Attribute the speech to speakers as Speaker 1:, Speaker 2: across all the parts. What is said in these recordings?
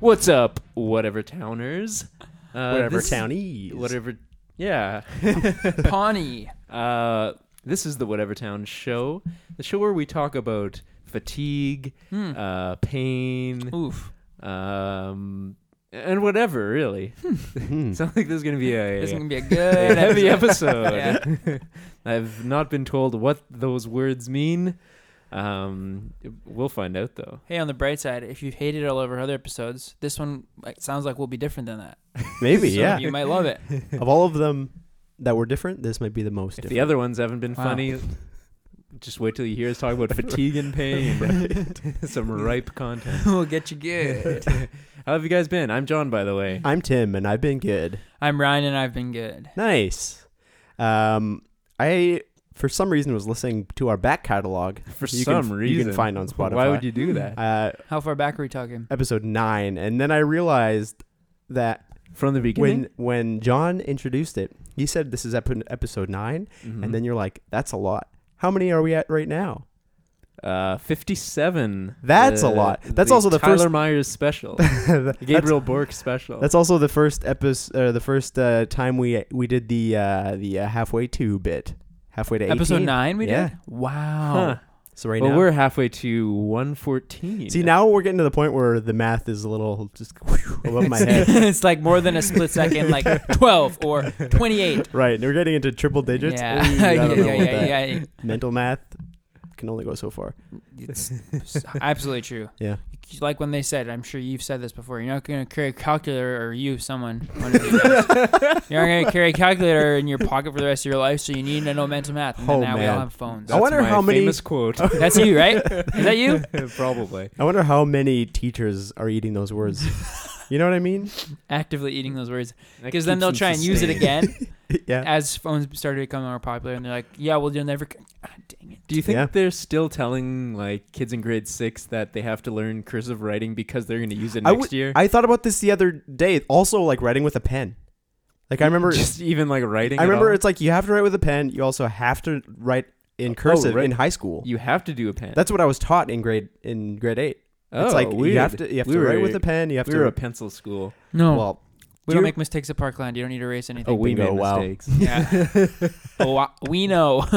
Speaker 1: What's up, whatever towners? Uh,
Speaker 2: Whatever
Speaker 1: this-
Speaker 2: townies.
Speaker 1: Whatever. Yeah.
Speaker 3: Pawnee.
Speaker 1: Uh, this is the Whatever Town show, the show where we talk about fatigue, uh, pain,
Speaker 3: Hmm. Oof.
Speaker 1: um, and whatever, really.
Speaker 2: Hmm.
Speaker 1: Sounds like there's going to be a,
Speaker 3: This is
Speaker 1: a
Speaker 3: gonna be a good
Speaker 1: heavy
Speaker 3: episode.
Speaker 1: episode.
Speaker 3: Yeah.
Speaker 1: I've not been told what those words mean. Um, we'll find out, though.
Speaker 3: Hey, on the bright side, if you've hated all of our other episodes, this one like, sounds like will be different than that.
Speaker 2: Maybe,
Speaker 3: So
Speaker 2: yeah.
Speaker 3: you might love it.
Speaker 2: Of all of them that were different, this might be the most
Speaker 1: If the
Speaker 2: different.
Speaker 1: other ones haven't been
Speaker 3: Wow.
Speaker 1: funny, just wait till you hear us talk about fatigue and pain. Some ripe content.
Speaker 3: we'll get you good.
Speaker 1: How have you guys been? I'm John, by the way.
Speaker 2: I'm Tim, and I've been good.
Speaker 3: I'm Ryan, and I've been good.
Speaker 2: Nice. Um, I for some reason was listening to our back catalog.
Speaker 1: For
Speaker 2: You can-
Speaker 1: some
Speaker 2: you can
Speaker 1: reason.
Speaker 2: find on
Speaker 1: Why
Speaker 2: Spotify.
Speaker 1: would you do that?
Speaker 2: Uh,
Speaker 3: How far back are we talking?
Speaker 2: episode nine, and then I realized that
Speaker 1: From the beginning?
Speaker 2: when when John introduced it, he said this is epi- episode 9
Speaker 1: Mm-hmm.
Speaker 2: and then you're like, that's a lot. How many are we at right now?
Speaker 1: uh, 57.
Speaker 2: That's a lot. That's also the
Speaker 1: Tyler
Speaker 2: first-
Speaker 1: Myers special. The
Speaker 2: that's,
Speaker 1: Gabriel Bork
Speaker 3: Oh.
Speaker 1: special.
Speaker 2: that's also the first episode, uh, the first uh, time we we did the uh, the uh, halfway to bit, halfway to 18.
Speaker 3: Episode nine, we
Speaker 2: Uh, Yeah.
Speaker 3: did. Wow.
Speaker 1: Huh.
Speaker 2: So right
Speaker 1: well,
Speaker 2: now,
Speaker 1: we're halfway to 114.
Speaker 2: see now we're getting to the point where the math is a little just above my head.
Speaker 3: it's like more than a split second, like 12 or 28.
Speaker 2: Right, we're getting into triple digits.
Speaker 3: Yeah.
Speaker 2: Ooh, I
Speaker 3: yeah,
Speaker 2: don't know
Speaker 3: yeah,
Speaker 2: about
Speaker 3: yeah,
Speaker 2: that.
Speaker 3: yeah, yeah.
Speaker 2: Mental math can only go so far.
Speaker 3: It's it's absolutely true.
Speaker 2: Yeah.
Speaker 3: Like when they said, I'm sure you've said this before, you're not going to carry a calculator or you, someone. one of you guys. you're not going to carry a calculator in your pocket for the rest of your life, so you need to know mental math. And then
Speaker 2: Oh,
Speaker 3: now we
Speaker 2: man.
Speaker 3: all have phones.
Speaker 2: I wonder
Speaker 1: my
Speaker 2: how many-
Speaker 1: famous quote.
Speaker 3: That's you, right? Is that you?
Speaker 1: Probably.
Speaker 2: I wonder how many teachers are eating those words. you know what I mean?
Speaker 3: Actively eating those words.
Speaker 1: That
Speaker 3: Because then
Speaker 1: keeps
Speaker 3: they'll
Speaker 1: them
Speaker 3: try and use it
Speaker 1: sustained.
Speaker 3: again
Speaker 2: yeah.
Speaker 3: as phones started becoming more popular, and they're like, yeah, well, you'll never. c- Ah, dang it.
Speaker 1: Do you think
Speaker 2: Yeah.
Speaker 1: they're still telling like kids in grade six that they have to learn cursive writing because they're going to use it
Speaker 2: I
Speaker 1: next
Speaker 2: would-
Speaker 1: year?
Speaker 2: I thought about this the other day. Also, like writing with a pen. Like I remember,
Speaker 1: just even like writing.
Speaker 2: I
Speaker 1: at
Speaker 2: remember
Speaker 1: all? Oh,
Speaker 2: it's like you have to write with a pen. You also have to write in cursive
Speaker 1: right.
Speaker 2: in high school.
Speaker 1: you have to do a pen.
Speaker 2: That's what I was taught in grade in grade eight.
Speaker 1: oh,
Speaker 2: it's like
Speaker 1: weird.
Speaker 2: you have to you have
Speaker 1: We
Speaker 2: to
Speaker 1: were-
Speaker 2: write with a pen. You have
Speaker 1: we
Speaker 2: to
Speaker 1: were a pencil school.
Speaker 3: No.
Speaker 2: well.
Speaker 3: we
Speaker 2: do
Speaker 3: don't
Speaker 2: you-
Speaker 3: make mistakes at Parkland. You don't need to erase
Speaker 1: Oh,
Speaker 3: anything.
Speaker 1: we
Speaker 2: bingo,
Speaker 1: made
Speaker 2: wow.
Speaker 1: mistakes.
Speaker 3: Yeah. oh, wa- we know.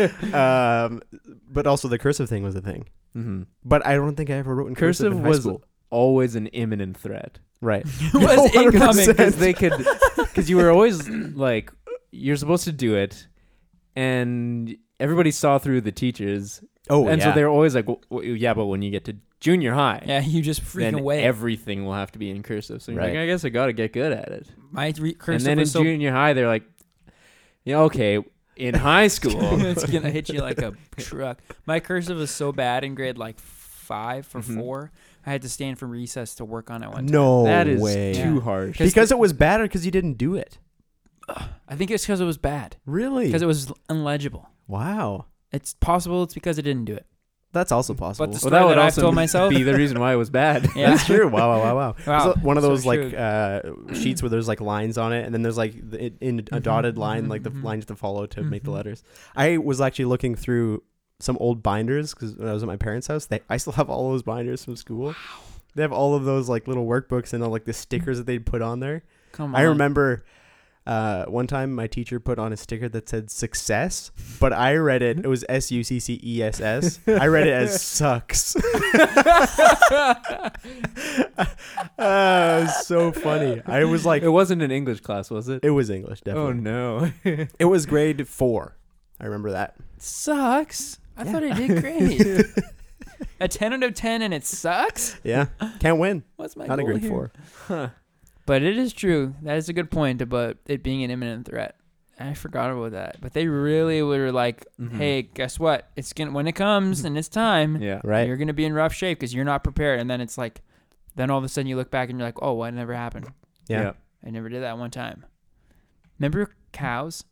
Speaker 2: um, but also the cursive thing was a thing.
Speaker 1: hmm
Speaker 2: But I don't think I ever wrote in cursive,
Speaker 1: Cursive
Speaker 2: in high
Speaker 1: was
Speaker 2: school.
Speaker 1: always an imminent threat
Speaker 2: right.
Speaker 3: was incoming.
Speaker 1: because they could because you were always like you're supposed to do it, and everybody saw through the teachers,
Speaker 2: Oh,
Speaker 1: and
Speaker 2: yeah.
Speaker 1: so they were always like, w- w- yeah, but when you get to junior high,
Speaker 3: Yeah, you just
Speaker 1: then
Speaker 3: freaking wait.
Speaker 1: everything will have to be in cursive. So you're like,
Speaker 2: Right.
Speaker 1: I guess I got to get good at it.
Speaker 3: My re- cursive
Speaker 1: and then in
Speaker 3: was so
Speaker 1: junior high, they're like, yeah, okay, in high school.
Speaker 3: it's gonna hit you like a truck. My cursive was so bad in grade like five or
Speaker 2: Mm-hmm.
Speaker 1: Mhm.
Speaker 3: four. I had to stand from recess to work on it one. Time.
Speaker 2: no
Speaker 1: that is
Speaker 2: way.
Speaker 1: too harsh.
Speaker 2: Because it was bad or because you didn't do it.
Speaker 3: I think it's because it was bad.
Speaker 2: Really?
Speaker 3: Because it was unlegible.
Speaker 2: wow.
Speaker 3: It's possible it's because I didn't do it.
Speaker 2: That's also possible.
Speaker 3: But the
Speaker 1: well,
Speaker 3: story
Speaker 1: that would
Speaker 3: that I've
Speaker 1: also
Speaker 3: told myself-
Speaker 1: be the reason why it was bad.
Speaker 3: Yeah.
Speaker 2: That's true. Wow, wow, wow, wow.
Speaker 3: Wow.
Speaker 2: It's one of
Speaker 3: So
Speaker 2: those like
Speaker 3: true.
Speaker 2: uh, sheets where there's like lines on it, and then there's like the, in, in a
Speaker 3: Mhm,
Speaker 2: dotted line,
Speaker 3: mhm,
Speaker 2: like the
Speaker 3: mhm.
Speaker 2: lines to follow to make the
Speaker 3: Mhm.
Speaker 2: letters. I was actually looking through some old binders because when I was at my parents' house, they I still have all those binders from school. They have all of those like little workbooks and all like the stickers that they'd put on there.
Speaker 3: Come on.
Speaker 2: I remember uh, one time my teacher put on a sticker that said success, but I read it. It was S U C C E S S. I read it as sucks. uh, it was so funny. I was like,
Speaker 1: it wasn't an English class, was it?
Speaker 2: it was English,
Speaker 1: oh
Speaker 2: definitely.
Speaker 1: no,
Speaker 2: It was grade four. I remember that.
Speaker 3: Sucks. I thought I did great. a ten out of ten, and it sucks.
Speaker 2: Yeah. Can't win.
Speaker 3: What's my
Speaker 2: Not a
Speaker 3: goal
Speaker 2: grade
Speaker 3: here?
Speaker 2: four.
Speaker 3: But it is true. That is a good point about it being an imminent threat. I forgot about that. But they really were like,
Speaker 1: Mhm.
Speaker 3: "Hey, guess what? It's gonna when it comes and it's time,
Speaker 1: yeah.
Speaker 2: Right.
Speaker 3: you're gonna be in rough shape because you're not prepared." And then it's like, then all of a sudden you look back and you're like, "Oh, well, it never happened.
Speaker 2: yeah.
Speaker 3: I never did that one time." Remember cows?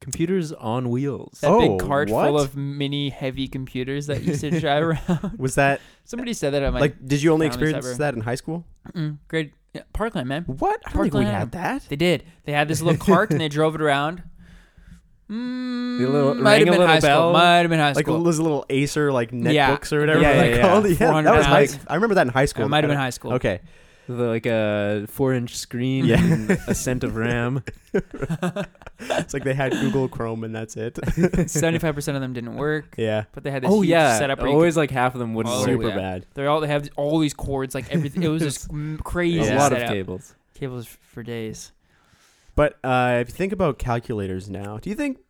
Speaker 1: Computers on wheels.
Speaker 3: That
Speaker 2: Oh,
Speaker 3: big cart full
Speaker 2: what?
Speaker 3: of mini heavy computers that used to drive around.
Speaker 2: Was that
Speaker 3: Somebody said that at my like,
Speaker 2: like? Did you only
Speaker 3: family's
Speaker 2: experience
Speaker 3: ever-
Speaker 2: that in high school?
Speaker 3: grade yeah, Parkland, man.
Speaker 2: What? I don't think we
Speaker 3: Parkland.
Speaker 2: had that.
Speaker 3: They did. They had this little cart and they drove it around. Mm,
Speaker 1: The little- rang
Speaker 3: might have
Speaker 1: a
Speaker 3: been
Speaker 1: little
Speaker 3: high
Speaker 1: bell?
Speaker 3: school. Might have been high
Speaker 2: Like
Speaker 3: school.
Speaker 2: those little Acer like
Speaker 3: Yeah.
Speaker 2: netbooks or whatever
Speaker 1: Yeah,
Speaker 2: they're
Speaker 1: yeah, yeah.
Speaker 2: called. Yeah, that was
Speaker 3: 400
Speaker 2: high.
Speaker 3: pounds.
Speaker 2: I remember that in high school.
Speaker 3: it might have been
Speaker 2: I-
Speaker 3: high school.
Speaker 2: Okay,
Speaker 1: The, like a four-inch screen,
Speaker 2: Yeah.
Speaker 1: and a cent of RAM.
Speaker 2: it's like they had Google Chrome and that's it.
Speaker 3: Seventy-five percent of them didn't work,
Speaker 2: yeah,
Speaker 3: but they had this
Speaker 1: oh
Speaker 3: huge
Speaker 1: yeah,
Speaker 3: setup. Where you
Speaker 1: always like half of them wouldn't
Speaker 3: Oh,
Speaker 1: work.
Speaker 2: super
Speaker 3: yeah.
Speaker 2: bad.
Speaker 3: could- they all they have all these cords, like everything. It was just m- crazy.
Speaker 1: A
Speaker 2: Yeah.
Speaker 1: lot of
Speaker 3: setup.
Speaker 1: cables.
Speaker 3: cables f- for days.
Speaker 2: But uh, if you think about calculators now, do you think?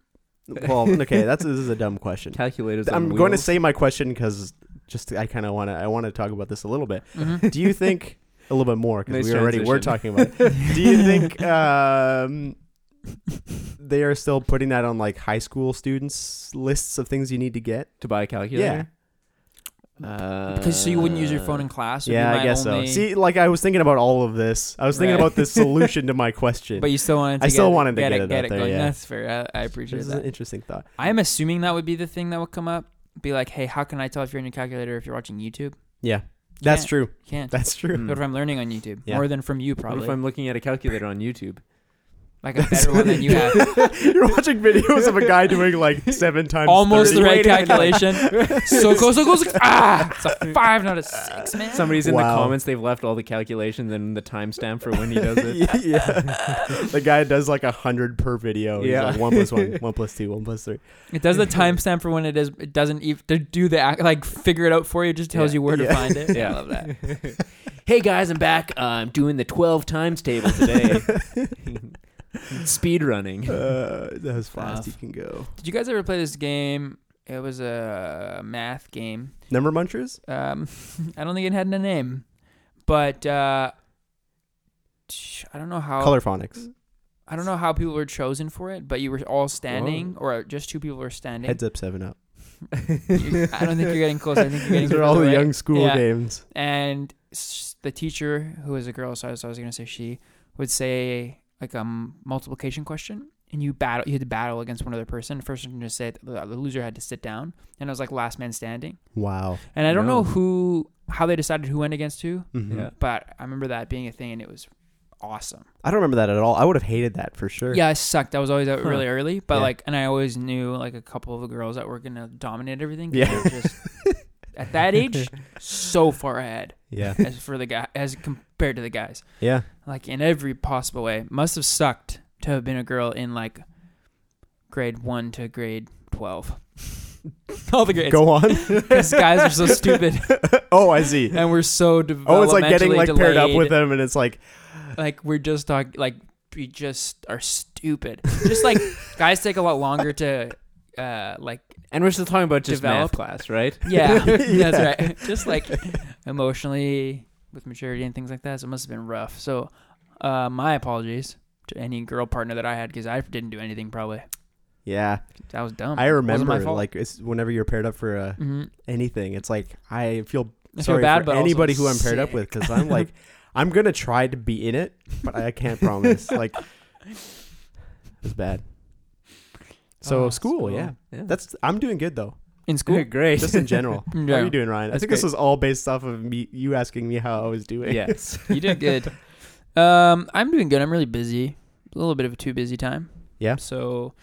Speaker 2: Well, okay, that's this is a dumb question.
Speaker 1: Calculators.
Speaker 2: I'm
Speaker 1: on
Speaker 2: going to
Speaker 1: wheels.
Speaker 2: say my question because just I kind of want to I want to talk about this a little bit.
Speaker 3: Mhm.
Speaker 2: Do you think a little bit more because
Speaker 1: Nice
Speaker 2: we already were talking about it? Do you think um, they are still putting that on like high school students lists of things you need to get?
Speaker 1: to buy a calculator. Uh,
Speaker 3: because so you wouldn't use your phone in class. would be
Speaker 2: yeah, I
Speaker 3: my
Speaker 2: guess
Speaker 3: only-
Speaker 2: so. See, like I was thinking about all of this. I was thinking
Speaker 3: Right.
Speaker 2: about this solution to my question.
Speaker 3: but you still wanted. To
Speaker 2: I
Speaker 3: get
Speaker 2: still
Speaker 3: it,
Speaker 2: wanted to
Speaker 3: get,
Speaker 2: get
Speaker 3: it.
Speaker 2: it
Speaker 3: Get
Speaker 2: out
Speaker 3: it
Speaker 2: there,
Speaker 3: going.
Speaker 2: yeah.
Speaker 3: That's fair. I, I appreciate
Speaker 2: this is
Speaker 3: that.
Speaker 2: an interesting thought.
Speaker 3: I'm assuming that would be the thing that would come up. Be like, hey, how can I tell if you're on your calculator if you're watching YouTube?
Speaker 2: Yeah, that's
Speaker 3: Can't.
Speaker 2: true.
Speaker 3: Can't.
Speaker 2: That's true.
Speaker 1: Mm.
Speaker 3: What if I'm learning on YouTube
Speaker 2: Yeah.
Speaker 3: more than from you?
Speaker 1: What
Speaker 3: Probably
Speaker 1: if I'm looking at a calculator on YouTube?
Speaker 3: like a better one than you have.
Speaker 2: You're watching videos of a guy doing like seven times
Speaker 3: Almost the
Speaker 2: 30.
Speaker 3: right calculation. so close, so close. Ah, it's a five, not a
Speaker 1: Uh,
Speaker 3: six, man.
Speaker 1: Somebody's in the
Speaker 2: Wow.
Speaker 1: comments. They've left all the calculations and the timestamp for when he does it.
Speaker 2: yeah. The guy does like a hundred per video. He's
Speaker 1: Yeah.
Speaker 2: like one plus one, one plus two, one plus three.
Speaker 3: It does the timestamp for when it is. It doesn't even to do the act, like figure it out for you. It just tells
Speaker 1: Yeah.
Speaker 3: you where to
Speaker 2: Yeah.
Speaker 3: find it.
Speaker 1: Yeah.
Speaker 3: I love that.
Speaker 1: hey guys, I'm back. Uh, I'm doing the 12 times table today. Speed running.
Speaker 2: Uh, that's as fast
Speaker 3: Wow.
Speaker 2: you can go.
Speaker 3: Did you guys ever play this game? It was a math game.
Speaker 2: Number munchers?
Speaker 3: Um, I don't think it had a name, but uh, tsh, I don't know how.
Speaker 2: Color phonics.
Speaker 3: I don't know how people were chosen for it, but you were all standing, or just two people were standing.
Speaker 2: Heads up, seven up.
Speaker 3: You- I don't think you're getting close. I think you're getting
Speaker 2: These are
Speaker 3: to
Speaker 2: all the
Speaker 3: right.
Speaker 2: young school
Speaker 3: Yeah.
Speaker 2: games.
Speaker 3: and s- the teacher who was a girl so I was, I was gonna say she would say like a m- multiplication question and you battle you had to battle against one other person first person to say the the loser had to sit down and I was like last man standing
Speaker 2: Wow.
Speaker 3: and I don't
Speaker 1: No.
Speaker 3: know who how they decided who went against who
Speaker 2: Mhm.
Speaker 1: Yeah.
Speaker 3: but I remember that being a thing and it was awesome
Speaker 2: I don't remember that at all. I would have hated that for sure.
Speaker 3: yeah I sucked I was always out
Speaker 1: Huh.
Speaker 3: really early but
Speaker 2: Yeah.
Speaker 3: like and I always knew like a couple of the girls that were gonna dominate everything 'cause
Speaker 2: Yeah.
Speaker 3: they were just at that age so far ahead
Speaker 2: Yeah.
Speaker 3: as for the guy as compared to the guys
Speaker 2: Yeah.
Speaker 3: like in every possible way must have sucked to have been a girl in like grade 1 to grade 12 all the grades
Speaker 2: Go on.
Speaker 3: these guys are so stupid
Speaker 2: oh, I see.
Speaker 3: and we're so developmentally
Speaker 2: Oh, it's like getting like paired up
Speaker 3: delayed.
Speaker 2: with them, and it's like
Speaker 3: like we're just talking like we just are stupid just like guys take a lot longer to uh like
Speaker 1: And we're still talking about just math
Speaker 3: Develop.
Speaker 1: class, right?
Speaker 3: yeah,
Speaker 2: Yeah.
Speaker 3: that's right just like emotionally with maturity and things like that so it must have been rough so uh my apologies to any girl partner that I had because I didn't do anything probably
Speaker 2: yeah.
Speaker 3: That was dumb.
Speaker 2: I remember
Speaker 3: Um, my fault.
Speaker 2: like it's whenever you're paired up for uh,
Speaker 3: hmm
Speaker 2: anything, it's like I feel
Speaker 3: I feel
Speaker 2: sorry
Speaker 3: bad,
Speaker 2: for
Speaker 3: but
Speaker 2: anybody
Speaker 3: also
Speaker 2: who I'm paired up
Speaker 3: sick.
Speaker 2: with because I'm like, I'm gonna try to be in it, but I can't promise. like, it's bad. So
Speaker 3: Oh,
Speaker 2: school,
Speaker 3: school.
Speaker 2: yeah,
Speaker 1: Yeah.
Speaker 2: that's I'm doing good though,
Speaker 3: in school.
Speaker 1: great.
Speaker 2: just in general. How are
Speaker 3: Yeah.
Speaker 2: you doing, Ryan?
Speaker 1: That's
Speaker 2: I think this
Speaker 1: great.
Speaker 2: was all based off of me you asking me how I was doing.
Speaker 1: yes.
Speaker 3: you did good. Um, I'm doing good. I'm really busy. A little bit of a too busy time.
Speaker 2: Yeah.
Speaker 3: So,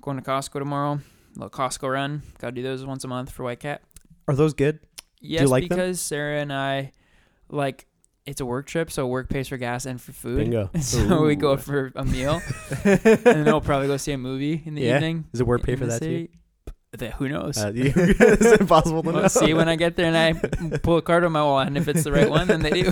Speaker 3: going to Costco tomorrow. little Costco run. Got to do those once a month for White Cat.
Speaker 2: Are those good?
Speaker 3: Yes,
Speaker 2: like them?
Speaker 3: because Sarah and I, like, it's a work trip, so work pays for gas and for food.
Speaker 2: Bingo.
Speaker 3: So we
Speaker 1: Ooh.
Speaker 3: go for a meal, and then we'll probably go see a movie in the
Speaker 2: Yeah.
Speaker 3: evening.
Speaker 2: Is it worth pay
Speaker 3: in
Speaker 2: for
Speaker 3: the
Speaker 2: that too?
Speaker 3: city. The- who knows?
Speaker 2: Uh, you- it's impossible to
Speaker 3: Well,
Speaker 2: know.
Speaker 3: see when I get there and I pull a card on my wall, and if it's the right one, then they do.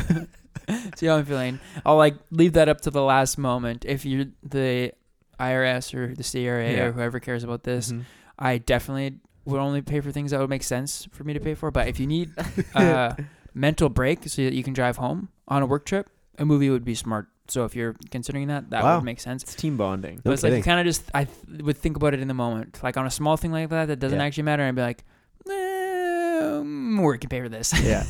Speaker 3: see how I'm feeling. I'll like leave that up to the last moment. If you're the IRS or the CRA
Speaker 1: Yeah.
Speaker 3: or whoever cares about this, I definitely would only pay for things that would make sense for me to pay for. But if you need a mental break so that you can drive home on a work trip, a movie would be smart. So if you're considering that, that
Speaker 2: Wow.
Speaker 3: would make sense.
Speaker 1: It's team bonding.
Speaker 3: But
Speaker 2: No
Speaker 3: it's like you
Speaker 2: kidding.
Speaker 3: kind of just I th- would think about it in the moment, like on a small thing like that that doesn't
Speaker 2: Yeah.
Speaker 3: actually matter. I'd be like, um, where can pay for this?
Speaker 2: yeah.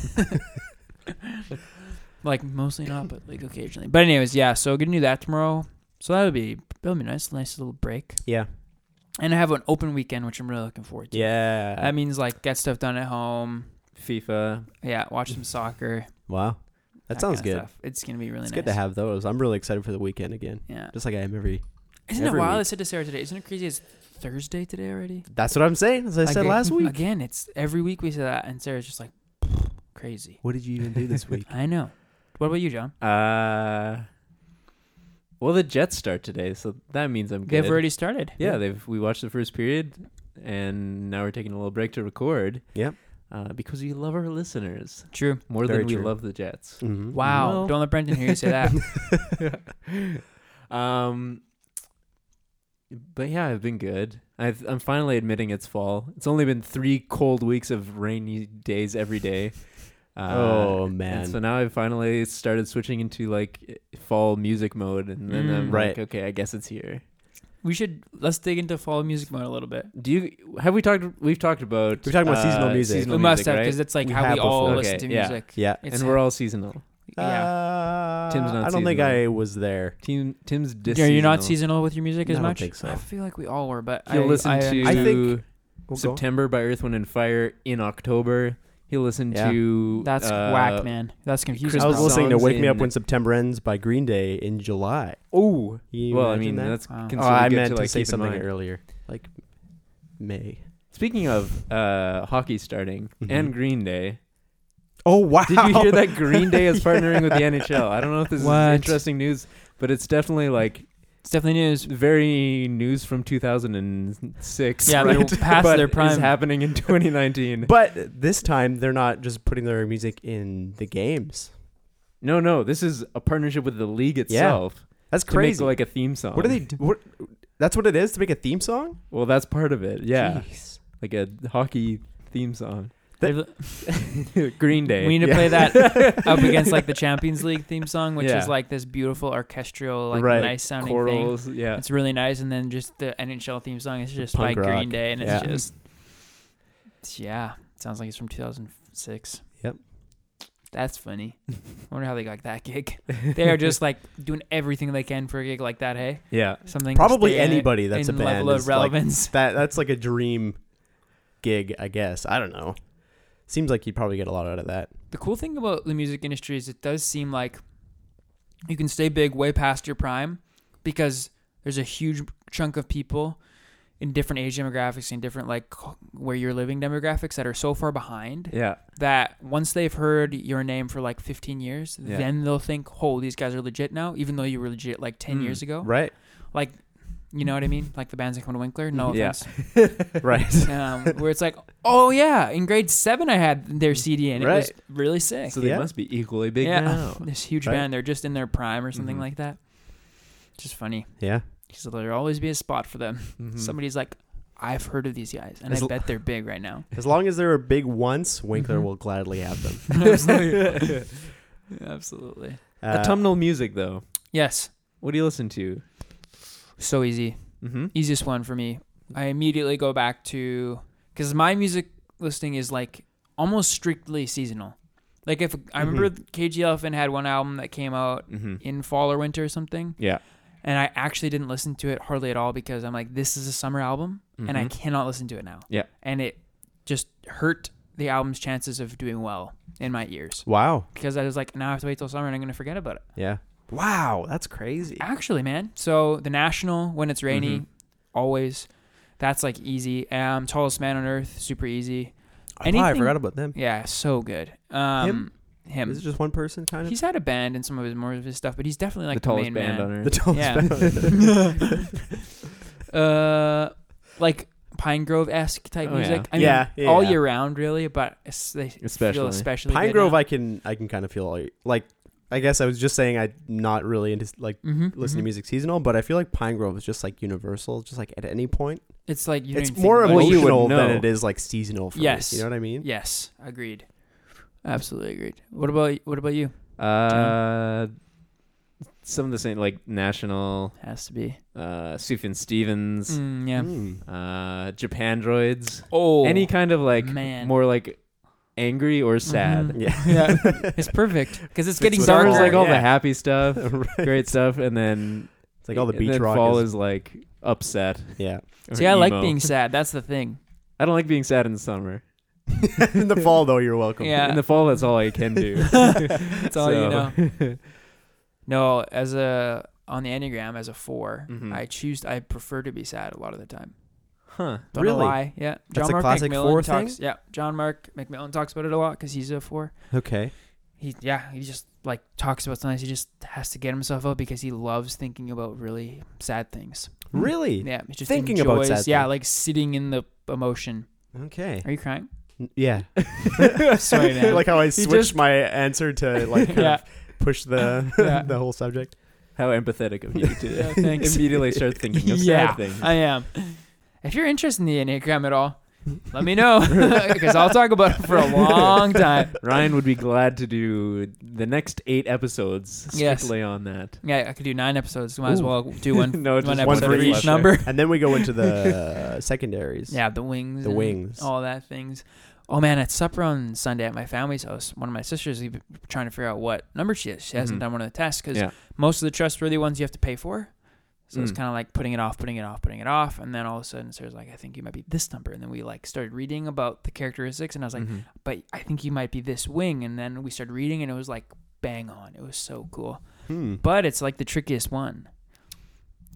Speaker 3: like mostly not, but like occasionally. But anyways, yeah. So gonna do that tomorrow. So that would be that would be nice, nice little break.
Speaker 2: Yeah.
Speaker 3: And I have an open weekend, which I'm really looking forward to.
Speaker 2: Yeah.
Speaker 3: That means like get stuff done at home.
Speaker 1: FIFA.
Speaker 3: Yeah, watch some soccer.
Speaker 2: wow. That, sounds
Speaker 3: kinda
Speaker 2: good.
Speaker 3: stuff. It's gonna be really
Speaker 2: It's
Speaker 3: nice.
Speaker 2: good to have those. I'm really excited for the weekend again,
Speaker 3: Yeah.
Speaker 2: just like I am every
Speaker 3: Isn't
Speaker 2: Every
Speaker 3: it wild?
Speaker 2: week.
Speaker 3: I said to Sarah today. Isn't it crazy? It's Thursday today already?
Speaker 2: That's what I'm saying, as I said
Speaker 3: Again-
Speaker 2: last week.
Speaker 3: Again, it's every week we say that, and Sarah's just like crazy.
Speaker 2: What did you even do this week?
Speaker 3: I know. What about you, John?
Speaker 1: Uh, well, the Jets start today, so that means I'm good.
Speaker 3: They've already started.
Speaker 1: yeah, they've we watched the first period, and now we're taking a little break to record.
Speaker 2: Yep.
Speaker 1: Uh, because we love our listeners
Speaker 3: True.
Speaker 1: more
Speaker 2: Very
Speaker 1: than
Speaker 2: true.
Speaker 1: we love the Jets.
Speaker 2: Mhm.
Speaker 3: Wow.
Speaker 1: Well-
Speaker 3: Don't let Brendan hear you say that.
Speaker 1: um, but yeah, I've been good. I've, I'm finally admitting it's fall. It's only been three cold weeks of rainy days every day. Uh,
Speaker 2: oh
Speaker 1: And
Speaker 2: man.
Speaker 1: so now I've finally started switching into like fall music mode, and then
Speaker 3: Mm.
Speaker 1: I'm
Speaker 2: Right.
Speaker 1: like, okay, I guess it's here.
Speaker 3: we should let's dig into fall music mode a little bit.
Speaker 1: Do you have we talked? We've talked about uh,
Speaker 2: We've talked about seasonal music.
Speaker 3: We
Speaker 1: seasonal
Speaker 3: must
Speaker 1: music,
Speaker 3: have
Speaker 1: right?
Speaker 3: because it's like
Speaker 2: We
Speaker 3: how
Speaker 2: have
Speaker 3: we all
Speaker 1: before.
Speaker 3: listen
Speaker 1: Okay,
Speaker 3: to
Speaker 1: yeah.
Speaker 3: music.
Speaker 2: yeah.
Speaker 3: It's
Speaker 1: and we're all seasonal.
Speaker 3: yeah.
Speaker 2: Uh,
Speaker 1: Tim's not
Speaker 2: I don't think
Speaker 1: seasonal.
Speaker 2: I was there.
Speaker 1: Team Tim's dis.
Speaker 3: yeah, you're not seasonal with your music as
Speaker 2: No, I don't
Speaker 3: much.
Speaker 2: think so.
Speaker 3: I feel like we all were, but
Speaker 1: He'll
Speaker 3: I
Speaker 1: listen
Speaker 3: I
Speaker 1: to
Speaker 3: understand.
Speaker 2: I think- oh,
Speaker 1: September by Earth, Wind, and Fire in October. He'll listen
Speaker 2: Yeah.
Speaker 1: to
Speaker 3: that's
Speaker 1: uh,
Speaker 3: whack, man. That's confusing.
Speaker 2: I was
Speaker 1: Christmas
Speaker 3: probably.
Speaker 2: listening to
Speaker 1: songs
Speaker 2: "Wake Me Up
Speaker 1: in-
Speaker 2: When September Ends" by Green Day in July.
Speaker 1: Oh,
Speaker 2: Can you
Speaker 1: well, I mean
Speaker 2: imagine that?
Speaker 1: that's
Speaker 3: Wow.
Speaker 1: considered
Speaker 2: Oh, I
Speaker 1: good
Speaker 2: meant
Speaker 1: to,
Speaker 2: to,
Speaker 1: like,
Speaker 2: say
Speaker 1: keep in
Speaker 2: something
Speaker 1: mind.
Speaker 2: earlier, like May.
Speaker 1: Speaking of uh, hockey starting
Speaker 2: Mhm.
Speaker 1: and Green Day,
Speaker 2: Oh wow!
Speaker 1: did you hear that Green Day is partnering with the NHL? I don't know if this is
Speaker 3: What?
Speaker 1: interesting news, but it's definitely like
Speaker 3: It's definitely news.
Speaker 1: very news from 2006.
Speaker 3: Yeah,
Speaker 1: right?
Speaker 3: they're past
Speaker 1: but
Speaker 3: their
Speaker 1: is
Speaker 3: prime.
Speaker 1: happening in 2019.
Speaker 2: But this time they're not just putting their music in the games.
Speaker 1: no, no, this is a partnership with the league itself
Speaker 2: That's
Speaker 1: to make
Speaker 2: crazy.
Speaker 1: like um, a theme song.
Speaker 2: what are they? do- What? That's what it is to make a theme song.
Speaker 1: Well, that's part of it. Yeah,
Speaker 2: Jeez.
Speaker 1: like a hockey theme song.
Speaker 2: That-
Speaker 3: They've-
Speaker 1: Green Day.
Speaker 3: we need to
Speaker 2: Yeah.
Speaker 3: play that up against like the Champions League theme song, which
Speaker 1: Yeah.
Speaker 3: is like this beautiful orchestral, like
Speaker 2: Right.
Speaker 3: nice sounding thing.
Speaker 1: Corals, yeah.
Speaker 3: It's really nice, and then just the NHL theme song is just
Speaker 2: Punk
Speaker 3: by
Speaker 2: rock.
Speaker 3: Green Day, and it's
Speaker 2: Yeah.
Speaker 3: just yeah, sounds like it's from 2006.
Speaker 2: Yep.
Speaker 3: That's funny. I wonder how they got that gig. They are just like doing everything they can for a gig like that. Hey,
Speaker 1: Yeah.
Speaker 3: something to
Speaker 2: Probably
Speaker 3: stay in-
Speaker 2: anybody that's
Speaker 3: in
Speaker 2: a band
Speaker 3: level of
Speaker 2: is like-
Speaker 3: relevance.
Speaker 2: that that's like a dream gig, I guess. I don't know. Seems like you'd probably get a lot out of that.
Speaker 3: the cool thing about the music industry is it does seem like you can stay big way past your prime because there's a huge chunk of people in different age demographics and different like where you're living demographics that are so far behind
Speaker 1: Yeah.
Speaker 3: that once they've heard your name for like 15 years
Speaker 1: Yeah.
Speaker 3: then they'll think oh these guys are legit now even though you were legit like 10
Speaker 1: Mm,
Speaker 3: years ago
Speaker 2: Right?
Speaker 3: like you know what i mean like the bands that come to winkler no
Speaker 1: Yeah.
Speaker 3: offense
Speaker 2: Right.
Speaker 3: um, where it's like oh yeah in grade 7 i had their cd and it was
Speaker 2: Right.
Speaker 3: really sick
Speaker 1: So they
Speaker 2: Yeah.
Speaker 1: must be equally big now.
Speaker 3: this huge
Speaker 2: Right.
Speaker 3: band. They're just in their prime or something
Speaker 1: Mhm.
Speaker 3: like that. Just funny
Speaker 2: yeah.
Speaker 3: because there'll always be a spot for them.
Speaker 1: Mhm.
Speaker 3: Somebody's like, I've heard of these guys, and
Speaker 2: As
Speaker 3: I
Speaker 2: l-
Speaker 3: bet they're big right now.
Speaker 2: As long as they were big once, Winkler
Speaker 3: Mhm.
Speaker 1: Mm-hmm.
Speaker 2: will gladly have them.
Speaker 3: Absolutely. Absolutely.
Speaker 2: Uh,
Speaker 1: Autumnal music, though.
Speaker 3: Yes.
Speaker 1: What do you listen to?
Speaker 3: So easy.
Speaker 1: Mm-hmm.
Speaker 3: Easiest one for me. I immediately go back to because my music listening is like almost strictly seasonal. Like if I remember KG Elephant had one album that came out
Speaker 1: Mm-hmm.
Speaker 3: in fall or winter or something.
Speaker 1: Yeah.
Speaker 3: and I actually didn't listen to it hardly at all because I'm like, this is a summer album, and I
Speaker 1: Mhm.
Speaker 3: cannot listen to it now.
Speaker 1: Yeah.
Speaker 3: and it just hurt the album's chances of doing well in my ears
Speaker 2: wow.
Speaker 3: because I was like, now I have to wait till summer and I'm gonna forget about it.
Speaker 2: Yeah. Wow, that's crazy.
Speaker 3: Actually, man, so the National when it's rainy,
Speaker 1: Mm-hmm.
Speaker 3: always, that's like easy. Um, Tallest Man on Earth, super easy.
Speaker 2: I, wow, I
Speaker 3: anything-
Speaker 2: forgot about them.
Speaker 3: Yeah, so good. Um, him.
Speaker 2: Is it just one person kind of?
Speaker 3: He's had a band and some of his more of his stuff, but he's definitely like
Speaker 1: the
Speaker 3: the,
Speaker 1: tallest
Speaker 3: main
Speaker 1: band
Speaker 3: man.
Speaker 1: on earth.
Speaker 2: the tallest
Speaker 3: Yeah. uh, like Pine Grove esque type
Speaker 1: Oh,
Speaker 3: music.
Speaker 1: yeah.
Speaker 3: I mean,
Speaker 2: Yeah, yeah,
Speaker 3: all
Speaker 2: yeah.
Speaker 3: year round, really, but es- they feel
Speaker 1: Especially.
Speaker 3: especially
Speaker 2: Pine Grove, I can I can kind of feel like, like I guess I was just saying I'm not really into like
Speaker 3: mm-hmm,
Speaker 2: listening to music seasonal, but I feel like Pine Grove is just like universal, just like at any point.
Speaker 3: It's like you don't
Speaker 2: it's
Speaker 3: even
Speaker 2: more
Speaker 3: think
Speaker 1: about it.
Speaker 3: about
Speaker 1: you would
Speaker 2: emotional than
Speaker 1: know.
Speaker 2: it is like seasonal for
Speaker 3: Yes.
Speaker 2: me. You know what I mean?
Speaker 3: Yes, agreed. Absolutely agreed. What about what about you?
Speaker 1: Uh, some of the same, like National,
Speaker 3: Has to be.
Speaker 1: uh, Sufjan Stevens,
Speaker 3: Mm, yeah.
Speaker 2: Mm.
Speaker 1: uh, Japan Droids.
Speaker 3: Oh,
Speaker 1: Any kind of like
Speaker 3: man.
Speaker 1: more like angry or sad.
Speaker 3: Mhm.
Speaker 2: Yeah.
Speaker 3: yeah. It's perfect because it's getting
Speaker 2: what
Speaker 1: Summer's
Speaker 3: darker.
Speaker 2: fall-
Speaker 1: like all the
Speaker 2: yeah.
Speaker 1: happy stuff,
Speaker 2: Right.
Speaker 1: great stuff, and then
Speaker 2: It's like all the
Speaker 1: and
Speaker 2: beach
Speaker 1: then
Speaker 2: rock.
Speaker 1: fall
Speaker 2: is,
Speaker 1: is, like upset.
Speaker 2: yeah.
Speaker 1: or
Speaker 3: See, I like
Speaker 1: emo.
Speaker 3: being sad. That's the thing.
Speaker 1: I don't like being sad in the summer.
Speaker 2: In the fall though, you're welcome.
Speaker 3: Yeah.
Speaker 1: In the fall, that's all I can do.
Speaker 3: That's all you know. No, as a on the enneagram as a 4
Speaker 1: Mhm.
Speaker 2: Mm-hmm.
Speaker 3: I choose. I prefer to be sad a lot of the time.
Speaker 1: Huh.
Speaker 3: Don't
Speaker 2: Really?
Speaker 3: know why. Yeah.
Speaker 2: That's
Speaker 3: John
Speaker 2: a
Speaker 3: Mark
Speaker 2: classic
Speaker 3: McMillan
Speaker 2: four thing?
Speaker 3: talks. Yeah. John Mark McMillan talks about it a lot because he's a four.
Speaker 2: Okay.
Speaker 3: He yeah. He just like talks about sometimes he just has to get himself up because he loves thinking about really sad things.
Speaker 2: Really?
Speaker 3: Yeah. He just
Speaker 2: Thinking about
Speaker 3: enjoys,
Speaker 2: sad
Speaker 3: Yeah,
Speaker 2: things.
Speaker 3: like sitting in the emotion.
Speaker 2: Okay.
Speaker 3: Are you crying?
Speaker 2: N- Yeah.
Speaker 3: Sorry, man.
Speaker 2: like how I
Speaker 3: just-
Speaker 2: switched my answer to like kind
Speaker 3: Yeah.
Speaker 2: of push the
Speaker 3: Yeah.
Speaker 2: the whole subject.
Speaker 1: How empathetic of you to
Speaker 3: Yeah, thanks.
Speaker 1: immediately start thinking of
Speaker 3: Yeah.
Speaker 1: sad things.
Speaker 3: I am. If you're interested in the Enneagram at all, let me know because I'll talk about it for a long time.
Speaker 1: Ryan would be glad to do the next eight episodes
Speaker 3: Yes.
Speaker 1: strictly on that.
Speaker 3: Yeah, I could do nine episodes. Might as
Speaker 2: Ooh.
Speaker 3: well do one,
Speaker 1: no,
Speaker 3: one
Speaker 1: just
Speaker 2: one
Speaker 3: episode
Speaker 2: for
Speaker 3: for
Speaker 2: each
Speaker 3: each
Speaker 1: left
Speaker 3: number.
Speaker 2: And then we go into the secondaries.
Speaker 3: Yeah, the wings.
Speaker 2: The
Speaker 3: and
Speaker 2: wings.
Speaker 3: All that things. Oh man, at supper on Sunday at my family's house, one of my sisters is trying to figure out what number she is. She hasn't
Speaker 1: Mhm.
Speaker 3: done one of the tests because
Speaker 1: Yeah.
Speaker 3: most of the trustworthy ones you have to pay for. So it's
Speaker 1: Mm.
Speaker 3: kind of like putting it off, putting it off, putting it off, and then all of a sudden Sarah's like, "I think you might be this number," and then we like started reading about the characteristics, and I was like,
Speaker 1: Mhm.
Speaker 3: "But I think you might be this wing," and then we started reading, and it was like bang on. It was so cool,
Speaker 2: Hmm.
Speaker 3: but it's like the trickiest one.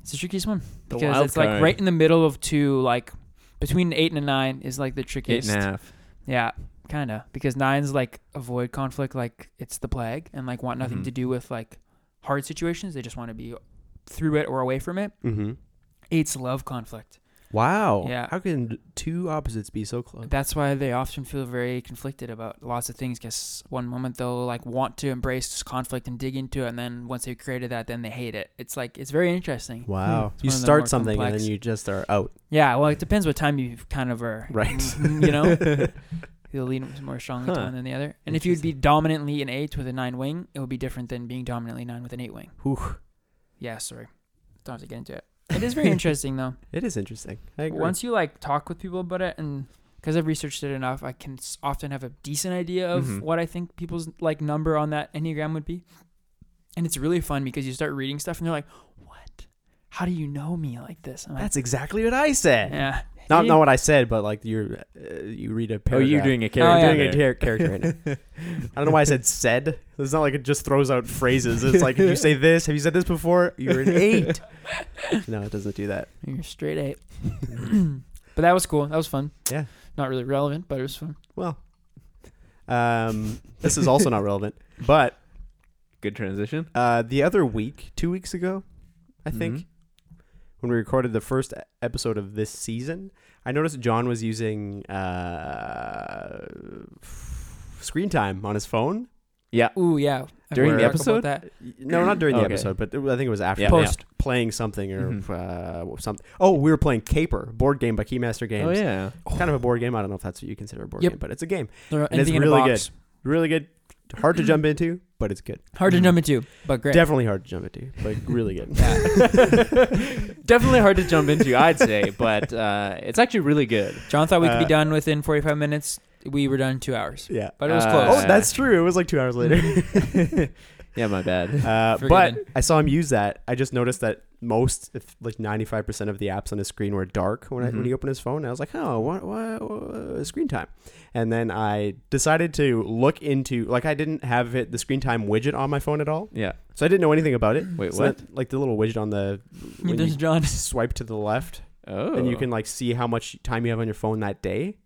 Speaker 3: It's the trickiest one
Speaker 1: The
Speaker 3: because
Speaker 1: wild
Speaker 3: it's
Speaker 1: card.
Speaker 3: like right in the middle of two like between an eight and a nine is like the
Speaker 1: eight
Speaker 3: trickiest
Speaker 1: and a half.
Speaker 3: yeah kind of because nines like avoid conflict like it's the plague and like want nothing
Speaker 1: Mhm.
Speaker 3: to do with like hard situations they just want to be through it or away from it
Speaker 2: Mm-hmm.
Speaker 3: eights love conflict
Speaker 2: Wow.
Speaker 3: Yeah.
Speaker 2: How can two opposites be so close?
Speaker 3: that's why they often feel very conflicted about lots of things because one moment they'll like want to embrace conflict and dig into it and then once they've created that then they hate it it's like it's very interesting
Speaker 2: Wow. You
Speaker 3: hmm. It's one of the more
Speaker 2: start something and
Speaker 3: complex.
Speaker 2: then you just are out.
Speaker 3: Yeah, well, it depends what time you kind of are.
Speaker 2: Right.
Speaker 3: You know, you'll lean more strongly to
Speaker 1: Huh.
Speaker 3: one than the other. And if you'd be dominantly an eight with a nine wing, it would be different than being dominantly nine with an eight wing.
Speaker 2: Whew.
Speaker 3: Yeah, sorry, don't have to get into it. It is very interesting though.
Speaker 2: It is interesting. I agree.
Speaker 3: Once you like talk with people about it, and because I've researched it enough, I can s- often have a decent idea of
Speaker 2: Mm-hmm.
Speaker 1: Mhm.
Speaker 3: what I think people's like number on that enneagram would be. And it's really fun because you start reading stuff and you're like, "What? How do you know me like this?" I'm like,
Speaker 2: That's exactly what I said.
Speaker 3: yeah.
Speaker 2: Not
Speaker 3: You-
Speaker 2: not what I said, but like you're uh, you read a
Speaker 1: Oh,
Speaker 2: paragraph.
Speaker 1: you're doing a
Speaker 3: Oh,
Speaker 1: character.
Speaker 3: yeah.
Speaker 2: I'm doing a
Speaker 1: there.
Speaker 2: char- character right now. I don't know why I said said. It's not like it just throws out phrases. It's like if you say this, have you said this before? You're an eight. no, it doesn't do that.
Speaker 3: You're straight eight. but that was cool. That was fun.
Speaker 2: Yeah.
Speaker 3: Not really relevant, but it was fun.
Speaker 2: Well, um, this is also not relevant. But
Speaker 1: Good transition.
Speaker 2: uh, the other week, two weeks ago, I think,
Speaker 1: Mhm.
Speaker 2: when we recorded the first e- episode of this season, I noticed John was using uh, screen time on his phone.
Speaker 3: Ooh, yeah. I
Speaker 1: During
Speaker 3: forgot
Speaker 2: the
Speaker 3: about
Speaker 1: episode?
Speaker 3: that.
Speaker 2: No, not during the
Speaker 1: Okay.
Speaker 2: episode, but it- I think it was after.
Speaker 1: Yeah.
Speaker 3: Post.
Speaker 2: playing something or
Speaker 1: Mhm.
Speaker 2: uh, something. Oh, we were playing Caper, board game by Keymaster Games.
Speaker 1: Oh yeah.
Speaker 2: Kind of a board game. I don't know if that's what you consider a board
Speaker 3: Yep.
Speaker 2: game, but it's a game.
Speaker 3: Throw
Speaker 2: And it's
Speaker 3: anything in
Speaker 2: really
Speaker 3: a box.
Speaker 2: Really good. Mm-hmm. Hard to jump into, but it's good.
Speaker 3: Hard to number two, but great.
Speaker 2: Definitely hard to jump into, but really good.
Speaker 1: Definitely hard to jump into, I'd say, but uh, it's actually really good.
Speaker 3: John thought we could
Speaker 2: Uh,
Speaker 3: be done within 45 minutes. We were done in two hours.
Speaker 2: yeah.
Speaker 3: But it was
Speaker 1: Uh,
Speaker 3: close.
Speaker 2: oh, that's true. It was like two hours later.
Speaker 1: Yeah, my bad.
Speaker 2: Uh, but
Speaker 3: Forgiven.
Speaker 2: I saw him use that. I just noticed that most, if like ninety five percent of the apps on his screen were dark when I, when
Speaker 1: Mhm.
Speaker 2: he opened his phone. I was like, oh, what, what, what- screen time? And then I decided to look into like I didn't have it the screen time widget on my phone at all,
Speaker 1: Yeah.
Speaker 2: so I didn't know anything about it.
Speaker 1: Wait,
Speaker 2: So
Speaker 1: what?
Speaker 2: that- like the little widget on the when
Speaker 3: There's
Speaker 2: you
Speaker 3: John.
Speaker 2: swipe to the left,
Speaker 1: Oh.
Speaker 2: and you can like see how much time you have on your phone that day.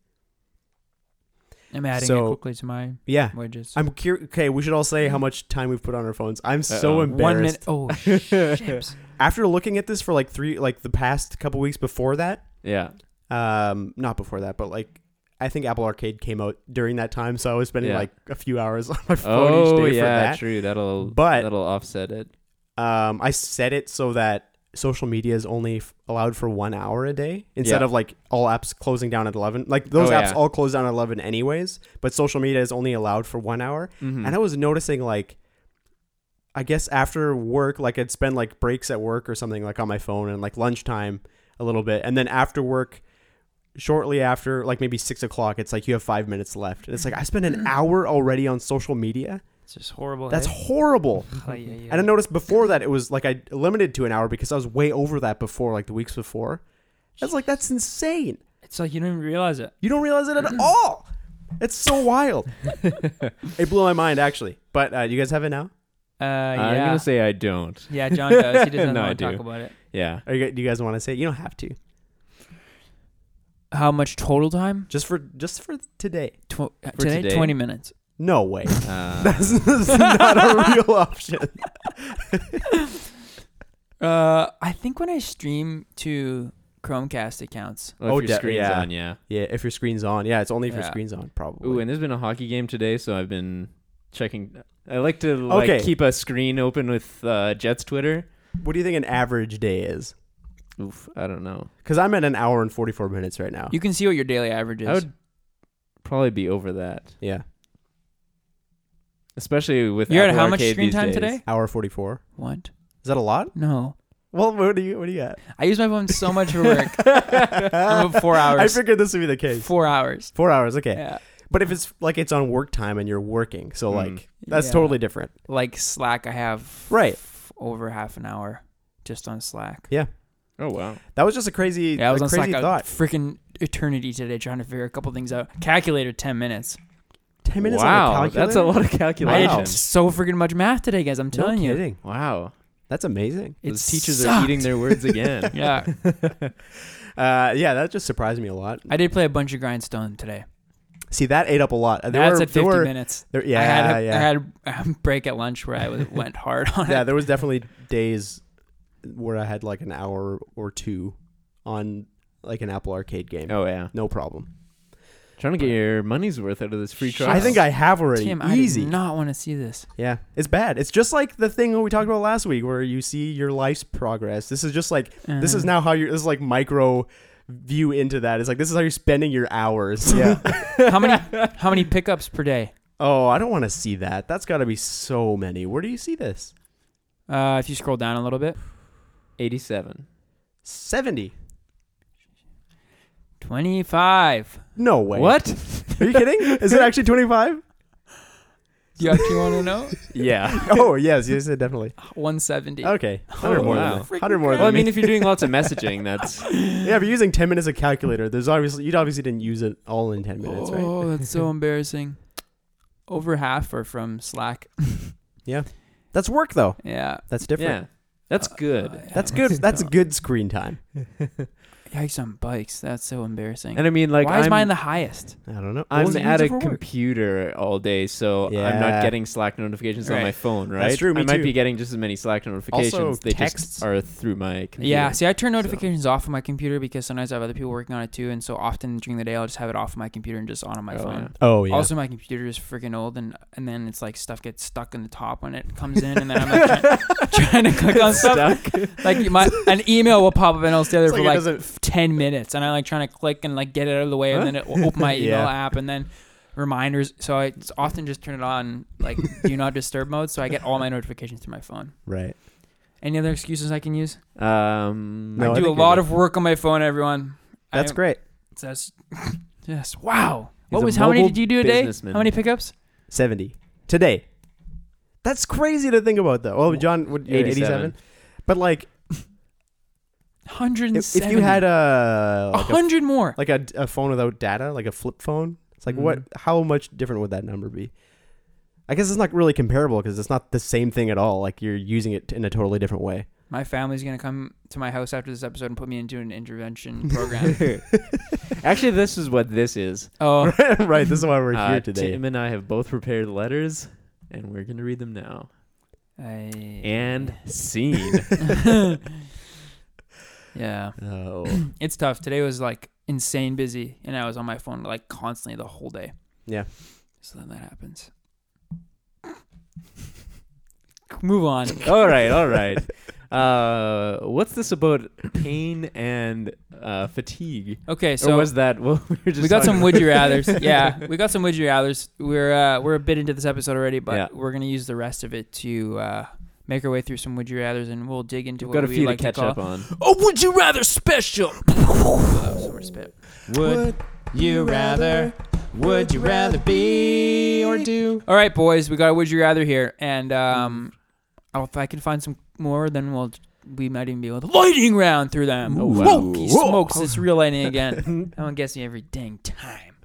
Speaker 3: I'm adding
Speaker 2: So-
Speaker 3: it quickly to my
Speaker 2: Yeah.
Speaker 3: wedges.
Speaker 2: I'm curious. Okay, we should all say how much time we've put on our phones. I'm so
Speaker 1: Uh-oh. One
Speaker 2: embarrassed.
Speaker 3: One minute. Oh, ships.
Speaker 2: after looking at this for like three like the past couple weeks before that
Speaker 1: Yeah.
Speaker 2: um not before that but like i think apple arcade came out during that time so i was spending
Speaker 1: Yeah.
Speaker 2: like a few hours on my phone
Speaker 1: Oh
Speaker 2: each day
Speaker 1: yeah,
Speaker 2: for
Speaker 1: true. That'll
Speaker 2: But-
Speaker 1: that'll offset it.
Speaker 2: that um i set it so that social media is only f- allowed for one hour a day instead
Speaker 1: Yeah.
Speaker 2: of like all apps closing down at 11 like those
Speaker 1: Oh,
Speaker 2: apps
Speaker 1: yeah.
Speaker 2: all close down at 11 anyways but social media is only allowed for one hour
Speaker 1: Mhm.
Speaker 2: and I was noticing like I guess after work, like I'd spend like breaks at work or something like on my phone and like lunchtime a little bit, and then after work, shortly after like maybe six o'clock, it's like you have five minutes left, and it's like I spent an hour already on social media.
Speaker 3: It's just horrible.
Speaker 2: That's
Speaker 3: hey? Oh,
Speaker 2: horrible.
Speaker 3: Ay, ay,
Speaker 2: And I
Speaker 3: ay.
Speaker 2: noticed before that it was like I limited to an hour because I was way over that before, like the weeks before. That's like that's insane.
Speaker 3: It's like you don't even realize it.
Speaker 2: You don't realize it at all. It's so wild. it blew my mind actually. But uh, you guys have it now.
Speaker 3: Uh,
Speaker 1: I'm
Speaker 3: yeah.
Speaker 1: gonna say I don't.
Speaker 3: yeah, John does. He doesn't
Speaker 1: No, I
Speaker 3: want to
Speaker 1: do.
Speaker 3: talk about it.
Speaker 1: Yeah.
Speaker 2: Are you, gu- do you guys want to say? it? You don't have to.
Speaker 3: How much total time?
Speaker 2: Just for just for today.
Speaker 3: Tw- uh, today,
Speaker 1: today?
Speaker 3: twenty minutes.
Speaker 2: No way.
Speaker 1: Uh,
Speaker 2: That's, that's not a real option.
Speaker 3: Uh, I think when I stream to Chromecast accounts,
Speaker 1: well,
Speaker 2: Oh,
Speaker 1: if your
Speaker 2: de-
Speaker 1: screen's
Speaker 2: yeah.
Speaker 1: on, yeah.
Speaker 2: Yeah, if your screen's on. Yeah, it's only if your
Speaker 3: Yeah.
Speaker 2: screen's on, probably.
Speaker 1: Ooh, and there's been a hockey game today, so I've been checking. I like to like
Speaker 2: Okay.
Speaker 1: keep a screen open with uh, Jets Twitter.
Speaker 2: what do you think an average day is?
Speaker 1: Oof, I don't know.
Speaker 2: Because I'm at an hour and 44 minutes right now.
Speaker 3: you can see what your daily average is.
Speaker 1: I would probably be over that,
Speaker 2: yeah,
Speaker 1: especially with
Speaker 3: You're at
Speaker 1: Apple
Speaker 3: how much
Speaker 1: Arcade
Speaker 3: screen
Speaker 1: these
Speaker 3: time
Speaker 1: days.
Speaker 3: today?
Speaker 2: hour 44.
Speaker 3: What?
Speaker 2: Is that a lot?
Speaker 3: No,
Speaker 2: Well, what do you what do you got?
Speaker 3: I use my phone so much for work.
Speaker 2: I'm
Speaker 3: at four
Speaker 2: I
Speaker 3: hours.
Speaker 2: figured this would be the case.
Speaker 3: Four hours.
Speaker 2: Four hours, okay.
Speaker 3: Yeah.
Speaker 2: But if it's like it's on work time and you're working, so
Speaker 1: Mm.
Speaker 2: like that's
Speaker 3: Yeah.
Speaker 2: totally different.
Speaker 3: Like Slack, I have
Speaker 2: Right.
Speaker 3: over half an hour just on Slack.
Speaker 1: Oh wow.
Speaker 2: That was just a crazy,
Speaker 3: Yeah, I was
Speaker 2: a
Speaker 3: on
Speaker 2: crazy
Speaker 3: Slack a
Speaker 2: thought.
Speaker 3: freaking eternity today trying to figure a couple things out. Calculator, ten minutes.
Speaker 2: Ten minutes
Speaker 1: wow,
Speaker 2: on a calculator.
Speaker 1: that's a lot of
Speaker 3: I
Speaker 1: calculation.
Speaker 3: did so freaking much math today, guys. I'm
Speaker 2: No
Speaker 3: telling you,
Speaker 2: kidding.
Speaker 1: Wow,
Speaker 2: That's amazing.
Speaker 3: it
Speaker 1: those teachers
Speaker 3: sucked.
Speaker 1: are eating their words again.
Speaker 3: Yeah,
Speaker 2: Uh, yeah, that just surprised me a lot.
Speaker 3: I did play a bunch of grindstone today.
Speaker 2: See, that ate up a lot. Uh, There
Speaker 3: That's
Speaker 2: were,
Speaker 3: at
Speaker 2: there
Speaker 3: 50
Speaker 2: were,
Speaker 3: minutes.
Speaker 2: there- yeah,
Speaker 3: I had a,
Speaker 2: yeah.
Speaker 3: I had a break at lunch where I was, went hard on
Speaker 2: yeah,
Speaker 3: it.
Speaker 2: there was definitely days where I had like an hour or two on like an Apple Arcade game.
Speaker 1: oh yeah,
Speaker 2: No problem.
Speaker 1: trying to get your money's worth out of this free
Speaker 3: Shut
Speaker 1: trial.
Speaker 3: Yes. up.
Speaker 2: I think I have already.
Speaker 3: Tim, I
Speaker 2: Easy.
Speaker 3: did not want to see this.
Speaker 2: yeah, it's bad. It's just like the thing we talked about last week, where you see your life's progress. This is just like this is
Speaker 3: Uh,
Speaker 2: now how you're. This is like micro view into that. It's like this is how you're spending your hours.
Speaker 1: yeah.
Speaker 3: how many how many pickups per day?
Speaker 2: oh, I don't want to see that. That's got to be so many. Where do you see this?
Speaker 3: Uh, if you scroll down a little bit,
Speaker 1: Eighty-seven.
Speaker 2: Seventy.
Speaker 3: twenty five.
Speaker 2: No way.
Speaker 1: What?
Speaker 2: Are you kidding? Is it actually twenty five?
Speaker 3: You actually want to know?
Speaker 1: yeah.
Speaker 2: Oh yes, yes, definitely.
Speaker 3: One seventy.
Speaker 2: Okay, hundred
Speaker 1: Oh,
Speaker 2: more
Speaker 1: wow.
Speaker 2: than hundred more
Speaker 1: Well, I
Speaker 2: than
Speaker 1: mean,
Speaker 2: me.
Speaker 1: if you're doing lots of messaging, that's
Speaker 2: Yeah, if you're using ten minutes of calculator, there's obviously you obviously didn't use it all in ten minutes, right?
Speaker 3: Oh, that's so embarrassing. Over half are from Slack.
Speaker 2: That's work though.
Speaker 3: Yeah.
Speaker 2: That's
Speaker 1: yeah,
Speaker 2: different.
Speaker 1: that's good.
Speaker 3: Uh, yeah,
Speaker 2: That's good. That's
Speaker 3: dumb.
Speaker 2: good screen time.
Speaker 3: Yikes on bikes. That's so embarrassing.
Speaker 1: and I mean, like,
Speaker 3: Why is
Speaker 1: I'm-
Speaker 3: mine the highest?
Speaker 2: I don't know.
Speaker 1: I'm
Speaker 2: Those are
Speaker 1: at a
Speaker 2: used for work.
Speaker 1: computer all day, so I'm
Speaker 2: Yeah.
Speaker 1: not getting Slack notifications on
Speaker 3: Right.
Speaker 1: my phone, right?
Speaker 2: That's true, me
Speaker 1: I might
Speaker 2: too.
Speaker 1: be getting just as many Slack notifications. they
Speaker 2: texts.
Speaker 1: just are through my computer.
Speaker 3: Yeah. See, I turn
Speaker 1: so-
Speaker 3: notifications off on my computer because sometimes I have other people working on it too, and so often during the day I'll just have it off my computer and just on on my
Speaker 1: Oh,
Speaker 3: phone.
Speaker 1: yeah.
Speaker 2: Oh yeah.
Speaker 3: Also, my computer is freaking old, and and then it's like stuff gets stuck in the top when it comes in, and then I'm like, trying, trying to click on stuff. Like my an email will pop up, and I'll stay there
Speaker 2: It's
Speaker 3: for
Speaker 2: like it
Speaker 3: like
Speaker 2: doesn't-
Speaker 3: ten minutes, and I like trying to click and like get it out of the way,
Speaker 1: Huh?
Speaker 3: and then it will open my email
Speaker 2: Yeah.
Speaker 3: app, and then reminders. So I s- often just turn it on like do not disturb mode, so I get all my notifications through my phone.
Speaker 2: right.
Speaker 3: Any other excuses I can use?
Speaker 1: Um,
Speaker 2: No, I
Speaker 3: I do a
Speaker 2: think you're
Speaker 3: lot
Speaker 2: good.
Speaker 3: of work on my phone, everyone.
Speaker 2: That's
Speaker 3: I,
Speaker 2: great.
Speaker 3: That's yes. Wow.
Speaker 1: He's
Speaker 3: what
Speaker 1: a
Speaker 3: was how many
Speaker 1: mobile
Speaker 3: did you do a day?
Speaker 1: businessman.
Speaker 3: How many pickups?
Speaker 2: Seventy today. That's crazy to think about though. Oh, John, what, you're at
Speaker 1: 87.
Speaker 2: 87. But like,
Speaker 3: Hundred.
Speaker 2: if, if you had a
Speaker 3: a
Speaker 2: like a,
Speaker 3: hundred more.
Speaker 2: like a, a phone without data, like a flip phone, it's like what?
Speaker 1: Mhm.
Speaker 2: How much different would that number be? I guess it's not really comparable because it's not the same thing at all. Like you're using it in a totally different way.
Speaker 3: My family's gonna come to my house after this episode and put me into an intervention program.
Speaker 1: Actually, this is what this is.
Speaker 3: oh,
Speaker 2: right. This is why we're
Speaker 1: Uh,
Speaker 2: here today.
Speaker 1: Tim and I have both prepared letters, and we're gonna read them now.
Speaker 3: I,
Speaker 1: And scene.
Speaker 3: yeah,
Speaker 2: Oh,
Speaker 3: it's tough. Today was like insane busy, and I was on my phone like constantly the whole day.
Speaker 2: Yeah.
Speaker 3: So then that happens. Move on.
Speaker 1: all right, all right. Uh, what's this about pain and uh, fatigue?
Speaker 3: Okay,
Speaker 1: or
Speaker 3: so
Speaker 1: was that what we were just
Speaker 3: we got some
Speaker 1: talking
Speaker 3: would you rather's. Yeah, we got some would you rather's. We're uh, we're a bit into this episode already, but
Speaker 1: Yeah.
Speaker 3: we're gonna use the rest of it to uh, make our way through some would you rather's, and we'll dig into
Speaker 1: We've
Speaker 3: what
Speaker 1: got a
Speaker 3: we
Speaker 1: few
Speaker 3: like
Speaker 1: to catch
Speaker 3: call
Speaker 1: up on.
Speaker 3: Oh, would you rather special? Oh, so much spit.
Speaker 1: Would you rather? Would you rather be or do?
Speaker 3: All right, boys, we got a would you rather here, and um, I'll- if I can find some more, then we'll we might even be able to lightning round through them.
Speaker 1: Oh, wow.
Speaker 3: Smoky
Speaker 1: Whoa.
Speaker 3: smokes, it's real lightning again. that one gets me every dang time.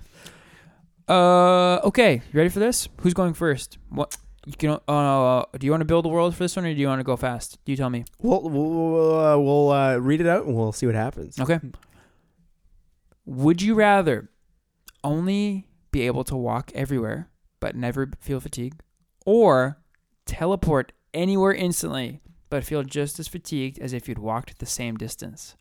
Speaker 3: Uh, okay, you ready for this? Who's going first? What you can? Uh, do you want to build a world for this one, or do you want to go fast? You tell me.
Speaker 2: we'll we'll, uh, we'll uh, read it out and we'll see what happens.
Speaker 3: Okay. Would you rather only be able to walk everywhere but never feel fatigue, or teleport anywhere instantly but feel just as fatigued as if you'd walked the same distance?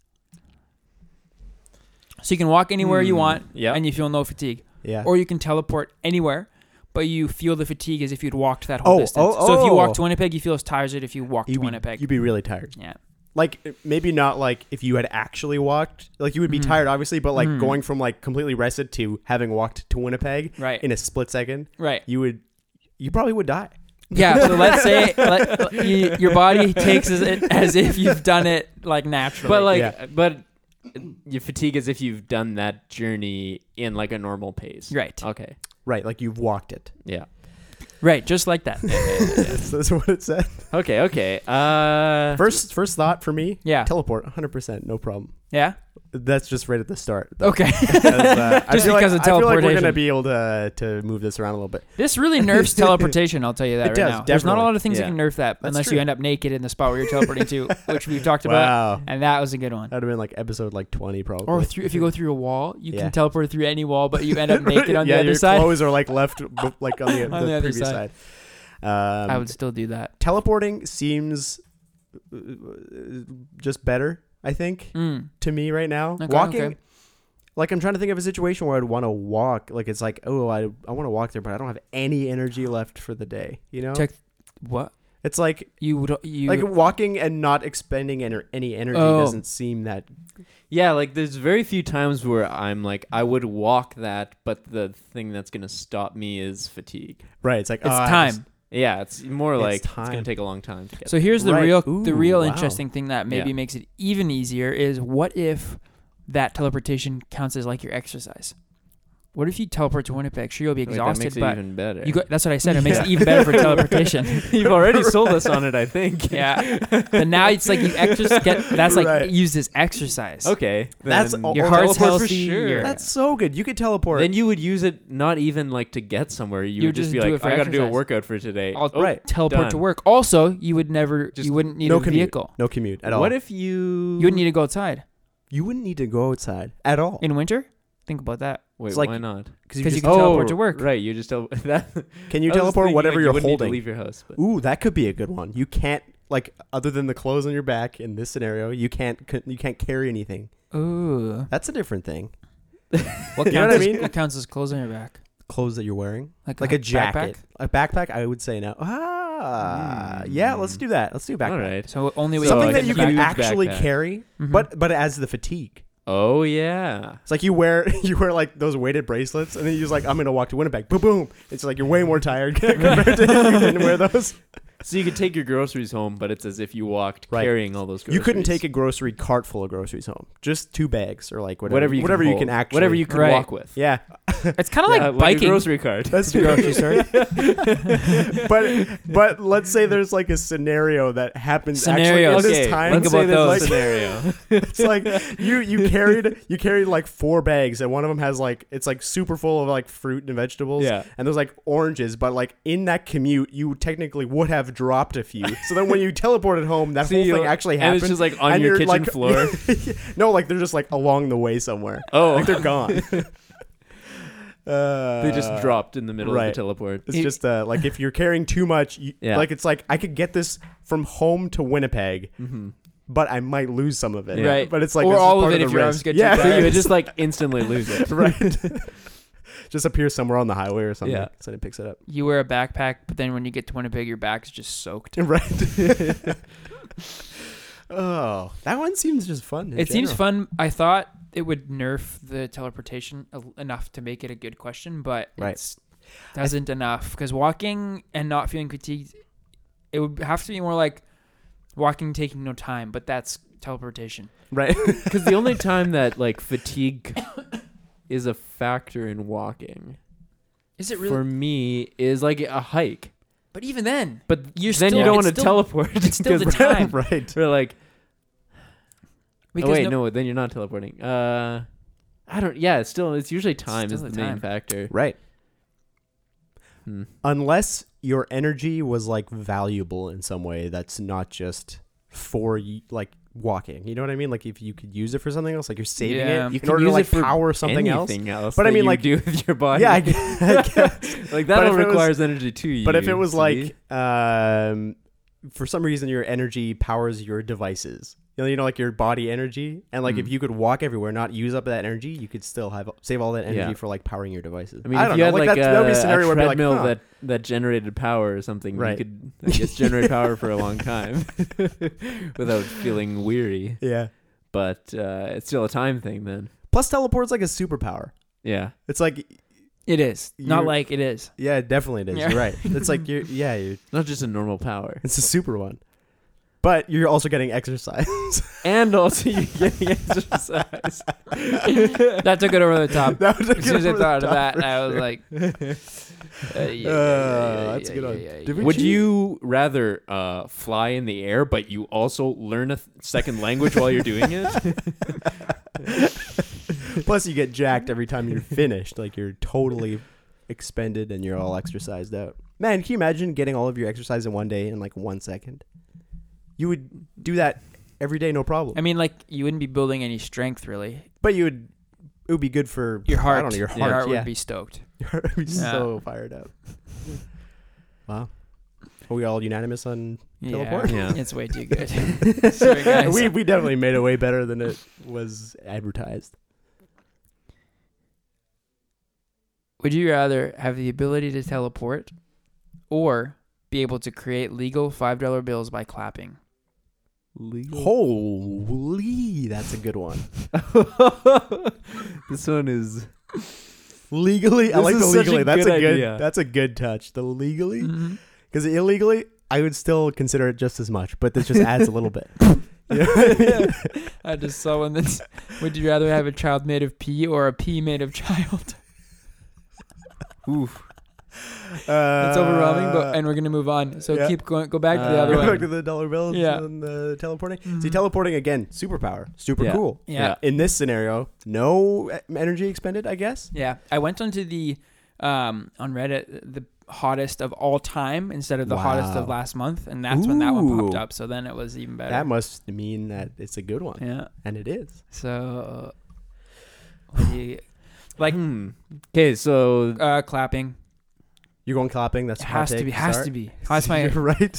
Speaker 3: So you can walk anywhere you
Speaker 1: Hmm,
Speaker 3: want
Speaker 1: yeah.
Speaker 3: and you feel no fatigue,
Speaker 2: Yeah.
Speaker 3: or you can teleport anywhere. But you feel the fatigue as if you'd walked that whole
Speaker 2: Oh,
Speaker 3: distance.
Speaker 2: oh,
Speaker 3: So if you
Speaker 2: oh.
Speaker 3: walked to Winnipeg, you feel as tired as if you walked
Speaker 2: you'd
Speaker 3: to
Speaker 2: be,
Speaker 3: Winnipeg.
Speaker 2: you'd be really tired.
Speaker 3: yeah.
Speaker 2: Like maybe not like if you had actually walked, like you would be
Speaker 3: Mhm.
Speaker 2: tired obviously, but like
Speaker 3: Mhm.
Speaker 2: going from like completely rested to having walked to Winnipeg
Speaker 3: Right.
Speaker 2: in a split second,
Speaker 3: right.
Speaker 2: you would you probably would die.
Speaker 3: Yeah, so let's say let, you, your body takes as, it, as if you've done it like naturally.
Speaker 1: But like,
Speaker 2: Yeah.
Speaker 1: but you fatigue as if you've done that journey in like a normal pace.
Speaker 3: right,
Speaker 1: Okay.
Speaker 2: Right, like you've walked it.
Speaker 1: Yeah.
Speaker 3: right, just like that.
Speaker 2: so that's what it said.
Speaker 1: Okay. Okay. Uh.
Speaker 2: First first thought for me,
Speaker 3: Yeah,
Speaker 2: teleport 100%, no problem.
Speaker 3: yeah.
Speaker 2: That's just right at the start. though.
Speaker 3: Okay,
Speaker 2: Because, uh, I
Speaker 3: Just
Speaker 2: feel like-
Speaker 3: because of
Speaker 2: I feel like we're
Speaker 3: teleportation.
Speaker 2: gonna be able to to move this around a little bit.
Speaker 3: this really nerfs teleportation. I'll tell you that
Speaker 2: It
Speaker 3: right
Speaker 2: does,
Speaker 3: now. There's not a
Speaker 2: definitely.
Speaker 3: lot of things
Speaker 1: Yeah.
Speaker 3: that can nerf that
Speaker 2: That's
Speaker 3: unless
Speaker 2: true.
Speaker 3: you end up naked in the spot where you're teleporting to, which we've talked about,
Speaker 2: Wow,
Speaker 3: and that was a good one.
Speaker 2: that would have been like episode like 20 probably.
Speaker 3: Or through, if you go through a wall, you
Speaker 2: Yeah.
Speaker 3: can teleport through any wall, but you end up naked on
Speaker 2: yeah,
Speaker 3: the other
Speaker 2: your
Speaker 3: side.
Speaker 2: clothes are like left b- like on the,
Speaker 3: On
Speaker 2: the
Speaker 3: the other
Speaker 2: previous side.
Speaker 3: side.
Speaker 2: Um,
Speaker 3: I would still do that.
Speaker 2: teleporting seems uh, just better. I think
Speaker 3: Mm.
Speaker 2: to me right now,
Speaker 3: Okay,
Speaker 2: walking.
Speaker 3: okay.
Speaker 2: Like I'm trying to think of a situation where I'd want to walk. Like it's like, oh, I I want to walk there, but I don't have any energy left for the day. You know,
Speaker 3: Check- What
Speaker 2: it's like
Speaker 3: you would you
Speaker 2: like walking and not expending en- any energy
Speaker 3: Oh.
Speaker 2: doesn't seem that
Speaker 1: Yeah. Like, there's very few times where I'm like, I would walk that, but the thing that's gonna stop me is fatigue.
Speaker 2: right. It's like
Speaker 3: it's
Speaker 2: oh, I
Speaker 3: time.
Speaker 2: just-
Speaker 1: Yeah. It's more
Speaker 2: It's
Speaker 1: like it's
Speaker 2: time.
Speaker 1: gonna take a long time to get.
Speaker 3: So here's the
Speaker 2: Right.
Speaker 3: real the
Speaker 2: Ooh,
Speaker 3: real
Speaker 2: wow.
Speaker 3: interesting thing that maybe
Speaker 1: Yeah.
Speaker 3: makes it even easier is what if that teleportation counts as like your exercise? What if you teleport to Winnipeg? Sure, you'll be
Speaker 1: Wait, that
Speaker 3: exhausted,
Speaker 1: makes it
Speaker 3: but
Speaker 1: even better.
Speaker 3: you go, that's what I said. It makes it
Speaker 2: Yeah.
Speaker 3: even better for teleportation.
Speaker 1: You've already sold us on it, I think.
Speaker 3: yeah, but now it's like you exercise. Get, that's like
Speaker 2: Right.
Speaker 3: used as exercise.
Speaker 1: Okay.
Speaker 2: That's
Speaker 1: then-
Speaker 2: all-
Speaker 3: Your
Speaker 2: Oh,
Speaker 3: heart's
Speaker 2: teleport for
Speaker 3: healthy.
Speaker 1: sure.
Speaker 3: your-
Speaker 2: That's so good. You could teleport.
Speaker 1: Then you would use it not even like to get somewhere. You,
Speaker 3: You
Speaker 1: would just,
Speaker 3: just
Speaker 1: be
Speaker 3: do
Speaker 1: like,
Speaker 3: it for
Speaker 1: I got to do a
Speaker 3: exercise.
Speaker 1: workout for today.
Speaker 3: I'll
Speaker 1: Oh,
Speaker 2: right.
Speaker 3: teleport
Speaker 1: done.
Speaker 3: to work. Also, you would never.
Speaker 1: Just
Speaker 3: you wouldn't need
Speaker 2: no
Speaker 3: a
Speaker 2: commute.
Speaker 3: vehicle.
Speaker 2: no commute at all.
Speaker 1: What if you?
Speaker 3: You would not need to go outside
Speaker 2: you wouldn't need to go outside at all?
Speaker 3: in winter. Think about that.
Speaker 1: Wait,
Speaker 2: like-
Speaker 1: why not? Oh,
Speaker 3: because you
Speaker 2: just-
Speaker 3: can teleport to work.
Speaker 1: Right, you just tell that.
Speaker 2: Can you
Speaker 1: I was
Speaker 2: teleport
Speaker 1: thinking,
Speaker 2: whatever
Speaker 1: like,
Speaker 2: you're
Speaker 1: you wouldn't need to
Speaker 2: holding?
Speaker 1: leave your house. But.
Speaker 2: Ooh, that could be a good one. You can't like other than the clothes on your back in this scenario, you can't c- you can't carry anything.
Speaker 3: Ooh,
Speaker 2: That's a different thing.
Speaker 3: what
Speaker 2: You know what
Speaker 3: counts
Speaker 2: I
Speaker 3: as-
Speaker 2: mean?
Speaker 3: What counts as clothes on your back?
Speaker 2: Clothes that you're wearing, like
Speaker 3: a
Speaker 2: a
Speaker 3: backpack?
Speaker 2: jacket, a backpack. I would say no. Ah, yeah. Let's
Speaker 1: Mm.
Speaker 2: do that. Let's do a backpack.
Speaker 1: All right.
Speaker 3: So only way
Speaker 2: Something
Speaker 1: like
Speaker 2: that
Speaker 1: a
Speaker 2: you can
Speaker 1: huge
Speaker 2: actually
Speaker 1: backpack. Mm-hmm.
Speaker 2: carry,
Speaker 3: Mhm.
Speaker 2: but but as the fatigue.
Speaker 1: Oh yeah.
Speaker 2: It's like you wear you wear like those weighted bracelets, and then you're just like, I'm gonna walk to Winnipeg. Boom, boom. It's like you're way more tired compared to if you didn't wear those.
Speaker 1: So you could take your groceries home, but it's as if you walked
Speaker 2: Right.
Speaker 1: carrying all those. groceries.
Speaker 2: You couldn't take a grocery cart full of groceries home. Just two bags or like whatever,
Speaker 1: whatever you
Speaker 2: whatever
Speaker 1: can
Speaker 2: you
Speaker 1: hold,
Speaker 2: can actually
Speaker 1: whatever you could
Speaker 3: Right.
Speaker 1: walk with.
Speaker 2: Yeah,
Speaker 3: it's kind of
Speaker 1: Yeah,
Speaker 3: like biking.
Speaker 1: a grocery cart.
Speaker 2: that's
Speaker 3: to the
Speaker 2: true.
Speaker 3: grocery store.
Speaker 2: but but let's say there's like a scenario that happens
Speaker 3: Scenario.
Speaker 2: actually in
Speaker 1: Okay,
Speaker 2: this time.
Speaker 1: let's
Speaker 3: think
Speaker 1: say
Speaker 3: about
Speaker 1: there's,
Speaker 3: those.
Speaker 1: like, scenario.
Speaker 2: It's like you you carried you carried like four bags, and one of them has like it's like super full of like fruit and vegetables.
Speaker 1: Yeah.
Speaker 2: and there's like oranges, but like in that commute, you technically would have dropped a few. So then when you teleported home, that
Speaker 1: So
Speaker 2: whole
Speaker 1: you-
Speaker 2: thing actually
Speaker 1: and
Speaker 2: happened.
Speaker 1: it's just, like, on
Speaker 2: and
Speaker 1: your
Speaker 2: you're,
Speaker 1: kitchen floor.
Speaker 2: no, like they're just like along the way somewhere.
Speaker 1: Oh,
Speaker 2: Like they're gone. Uh,
Speaker 1: they just dropped in the middle of
Speaker 2: right.
Speaker 1: the teleport.
Speaker 2: It's just uh, like if you're carrying too much, you,
Speaker 1: Yeah.
Speaker 2: like it's like I could get this from home to Winnipeg,
Speaker 1: Mm-hmm.
Speaker 2: but I might lose some of it.
Speaker 1: Yeah. Right.
Speaker 2: But it's like
Speaker 3: Or
Speaker 2: this is
Speaker 3: all of
Speaker 2: part
Speaker 3: it
Speaker 2: the
Speaker 3: if your
Speaker 2: risk.
Speaker 3: arms get too
Speaker 2: yeah.
Speaker 3: tired.
Speaker 1: So you would just like instantly lose it.
Speaker 2: right. just appears somewhere on the highway or something.
Speaker 1: Yeah.
Speaker 2: So it picks it up.
Speaker 3: you wear a backpack, but then when you get to Winnipeg, your back's just soaked.
Speaker 2: Right. oh, that one seems just fun. in
Speaker 3: It seems
Speaker 2: general.
Speaker 3: fun. I thought it would nerf the teleportation a- enough to make it a good question, but
Speaker 2: Right.
Speaker 3: it's doesn't enough because walking and not feeling fatigued, it would have to be more like walking taking no time, but that's teleportation.
Speaker 2: Right.
Speaker 1: Because the only time that like fatigue is a factor in walking
Speaker 3: Is it really?
Speaker 1: for me is like a hike.
Speaker 3: but even then,
Speaker 1: But
Speaker 3: You're
Speaker 1: then
Speaker 3: still-
Speaker 1: you don't
Speaker 3: it's
Speaker 1: want to
Speaker 3: still-
Speaker 1: teleport.
Speaker 3: it's still the
Speaker 1: 'cause
Speaker 3: time.
Speaker 2: right.
Speaker 1: We're like,
Speaker 3: because
Speaker 1: oh, wait,
Speaker 3: no-
Speaker 1: no, then you're not teleporting. Uh, I don't. Yeah, it's still it's usually time
Speaker 3: still
Speaker 1: is
Speaker 3: the
Speaker 1: the main
Speaker 3: time.
Speaker 1: factor.
Speaker 2: Right.
Speaker 1: Hmm.
Speaker 2: Unless your energy was like valuable in some way that's not just for y- like walking. You know what I mean? Like if you could use it for something else, like you're saving
Speaker 3: Yeah.
Speaker 2: it
Speaker 1: You
Speaker 2: in
Speaker 1: can
Speaker 2: order
Speaker 1: use
Speaker 2: to like
Speaker 1: it for
Speaker 2: power something else.
Speaker 1: Anything else.
Speaker 2: But I
Speaker 1: that
Speaker 2: mean,
Speaker 1: you
Speaker 2: like-
Speaker 1: do with your body.
Speaker 2: Yeah, I, gu- I guess.
Speaker 1: like
Speaker 2: But
Speaker 1: that one
Speaker 2: if it was-
Speaker 1: requires energy too. You
Speaker 2: but if it was
Speaker 1: see?
Speaker 2: like, um, for some reason, your energy powers your devices. You know, you know, like your body energy, and like if
Speaker 1: Mm.
Speaker 2: you could walk everywhere, not use up that energy, you could still have save all that energy
Speaker 1: Yeah.
Speaker 2: for like powering your devices.
Speaker 1: I mean, if
Speaker 2: don't
Speaker 1: you
Speaker 2: know.
Speaker 1: had like,
Speaker 2: that's- that would
Speaker 1: a,
Speaker 2: be a
Speaker 1: a
Speaker 2: scenario where I'd be like,
Speaker 1: treadmill
Speaker 2: huh.
Speaker 1: that that generated power or something,
Speaker 2: Right.
Speaker 1: you could I guess generate power for a long time without feeling weary.
Speaker 2: yeah.
Speaker 1: But uh, it's still a time thing, then.
Speaker 2: Plus, teleport's like a superpower.
Speaker 1: Yeah,
Speaker 2: It's like,
Speaker 3: It is. Not
Speaker 2: You're-
Speaker 3: like it is.
Speaker 2: yeah, definitely it is.
Speaker 3: Yeah.
Speaker 2: You're right. It's like you're, yeah, you're,
Speaker 1: not just a normal power.
Speaker 2: it's a super one. But you're also getting exercise.
Speaker 1: And also, you're getting exercise.
Speaker 3: That took it over the top.
Speaker 2: that was a
Speaker 3: As soon as I
Speaker 2: good
Speaker 3: thought of
Speaker 2: one.
Speaker 3: that, I was like, uh, yeah, yeah, yeah,
Speaker 2: Uh,
Speaker 3: yeah,
Speaker 2: that's a
Speaker 3: yeah,
Speaker 2: good one.
Speaker 3: yeah, yeah,
Speaker 2: Did we
Speaker 3: yeah.
Speaker 1: Would
Speaker 2: cheat?
Speaker 1: you rather uh, fly in the air, but you also learn a th- second language while you're doing it?
Speaker 2: Plus, you get jacked every time you're finished. Like you're totally expended and you're all
Speaker 3: Mm-hmm.
Speaker 2: exercised out. Man, can you imagine getting all of your exercise in one day in like one second? You would do that every day, no problem.
Speaker 3: I mean, like you wouldn't be building any strength really.
Speaker 2: But you would. It would be good for
Speaker 3: Your heart,
Speaker 2: I don't know, your
Speaker 1: Yeah.
Speaker 2: heart. Yeah,
Speaker 3: would be stoked.
Speaker 2: your heart would be
Speaker 3: Yeah.
Speaker 2: so fired up. Wow. Are we all unanimous on? Teleport?
Speaker 3: Yeah,
Speaker 1: Yeah.
Speaker 3: it's way too good. Sorry, guys.
Speaker 2: we we definitely made it way better than it was advertised.
Speaker 3: Would you rather have the ability to teleport, or be able to create legal five dollar bills by clapping?
Speaker 2: Holy, that's a good one.
Speaker 1: this one is
Speaker 2: Legally, I
Speaker 1: This
Speaker 2: like the
Speaker 1: is such a
Speaker 2: legally. That's
Speaker 1: good
Speaker 2: a good.
Speaker 1: idea.
Speaker 2: That's a good touch. The legally,
Speaker 3: Mm-hmm.
Speaker 2: because illegally, I would still consider it just as much, but this just adds a little bit. You know what I mean?
Speaker 3: I just saw one that's. Would you rather have a child made of pea or a pea made of child?
Speaker 1: oof.
Speaker 2: Uh,
Speaker 3: It's overwhelming, but and we're gonna move on. So
Speaker 2: yeah.
Speaker 3: keep going. Go back to the
Speaker 1: Uh,
Speaker 3: other
Speaker 2: go back
Speaker 3: one.
Speaker 2: to the dollar bills
Speaker 3: Yeah.
Speaker 2: and the teleporting. See,
Speaker 3: Mhm.
Speaker 2: teleporting again, superpower, super
Speaker 1: Yeah.
Speaker 2: cool.
Speaker 3: Yeah.
Speaker 2: In this scenario, no e- energy expended, I guess.
Speaker 3: Yeah, I went onto the um on Reddit the hottest of all time instead of the hottest of
Speaker 2: Wow.
Speaker 3: last month, and that's when that one popped
Speaker 2: Ooh.
Speaker 3: up. So then it was even better.
Speaker 2: That must mean that it's a good one,
Speaker 3: yeah.
Speaker 2: and it is.
Speaker 3: So what do you- Like-
Speaker 2: Hmm.
Speaker 1: Hmm. okay, so
Speaker 3: uh, clapping
Speaker 2: You're going clapping. That's
Speaker 3: It has to be has to be. That's my
Speaker 2: You're right.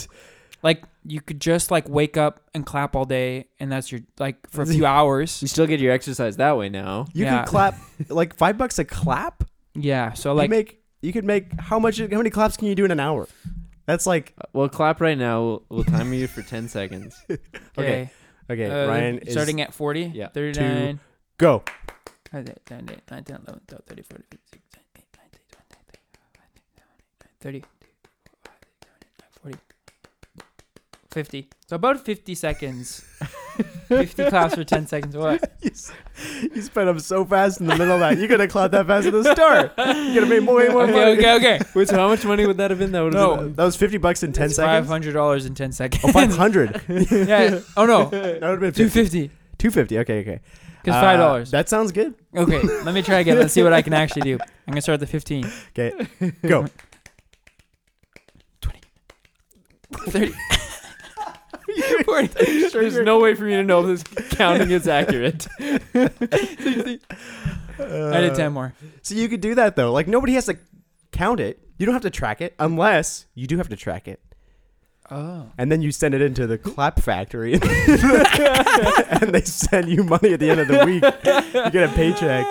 Speaker 3: like you could just like wake up and clap all day, and that's your like for a few hours.
Speaker 1: you still get your exercise that way now.
Speaker 2: You
Speaker 3: Yeah.
Speaker 2: can clap like five bucks a clap.
Speaker 3: Yeah. So
Speaker 2: like
Speaker 3: like
Speaker 2: make you could make how much how many claps can you do in an hour? That's like
Speaker 1: Uh, Well, clap right now. We'll, we'll time you for ten seconds.
Speaker 2: okay.
Speaker 3: okay,
Speaker 2: Okay,
Speaker 3: uh,
Speaker 2: Ryan is
Speaker 3: starting at forty.
Speaker 1: Yeah.
Speaker 3: Thirty nine.
Speaker 2: go.
Speaker 3: Thirty. Forty. Fifty. So about fifty seconds. fifty claps for ten seconds. What?
Speaker 2: You, s- you sped up so fast in the middle of that. You could have clapped that fast at the start. You could have made way more
Speaker 3: Okay.
Speaker 2: money.
Speaker 3: Okay. Okay.
Speaker 1: Wait, so how much money would that have been? That would have
Speaker 3: No.
Speaker 1: been
Speaker 2: That was fifty bucks in uh, ten
Speaker 3: Five
Speaker 2: seconds.
Speaker 3: hundred dollars in ten seconds.
Speaker 2: Oh, five hundred.
Speaker 3: yeah. Oh no.
Speaker 2: that would have been
Speaker 3: Two
Speaker 2: fifty.
Speaker 3: fifty.
Speaker 2: Two fifty. Okay, okay.
Speaker 3: Cause
Speaker 2: Uh,
Speaker 3: five dollars.
Speaker 2: That sounds good.
Speaker 3: okay. Let me try again. Let's see what I can actually do. I'm gonna start at the fifteen.
Speaker 2: Okay, go.
Speaker 3: 30. 40.
Speaker 1: There's no way for me to know if this counting is accurate.
Speaker 3: I did
Speaker 2: Uh,
Speaker 3: ten more.
Speaker 2: So you could do that though. Like nobody has to count it. You don't have to track it unless you do have to track it.
Speaker 3: Oh.
Speaker 2: And then you send it into the clap factory, and they send you money at the end of the week. You get a paycheck.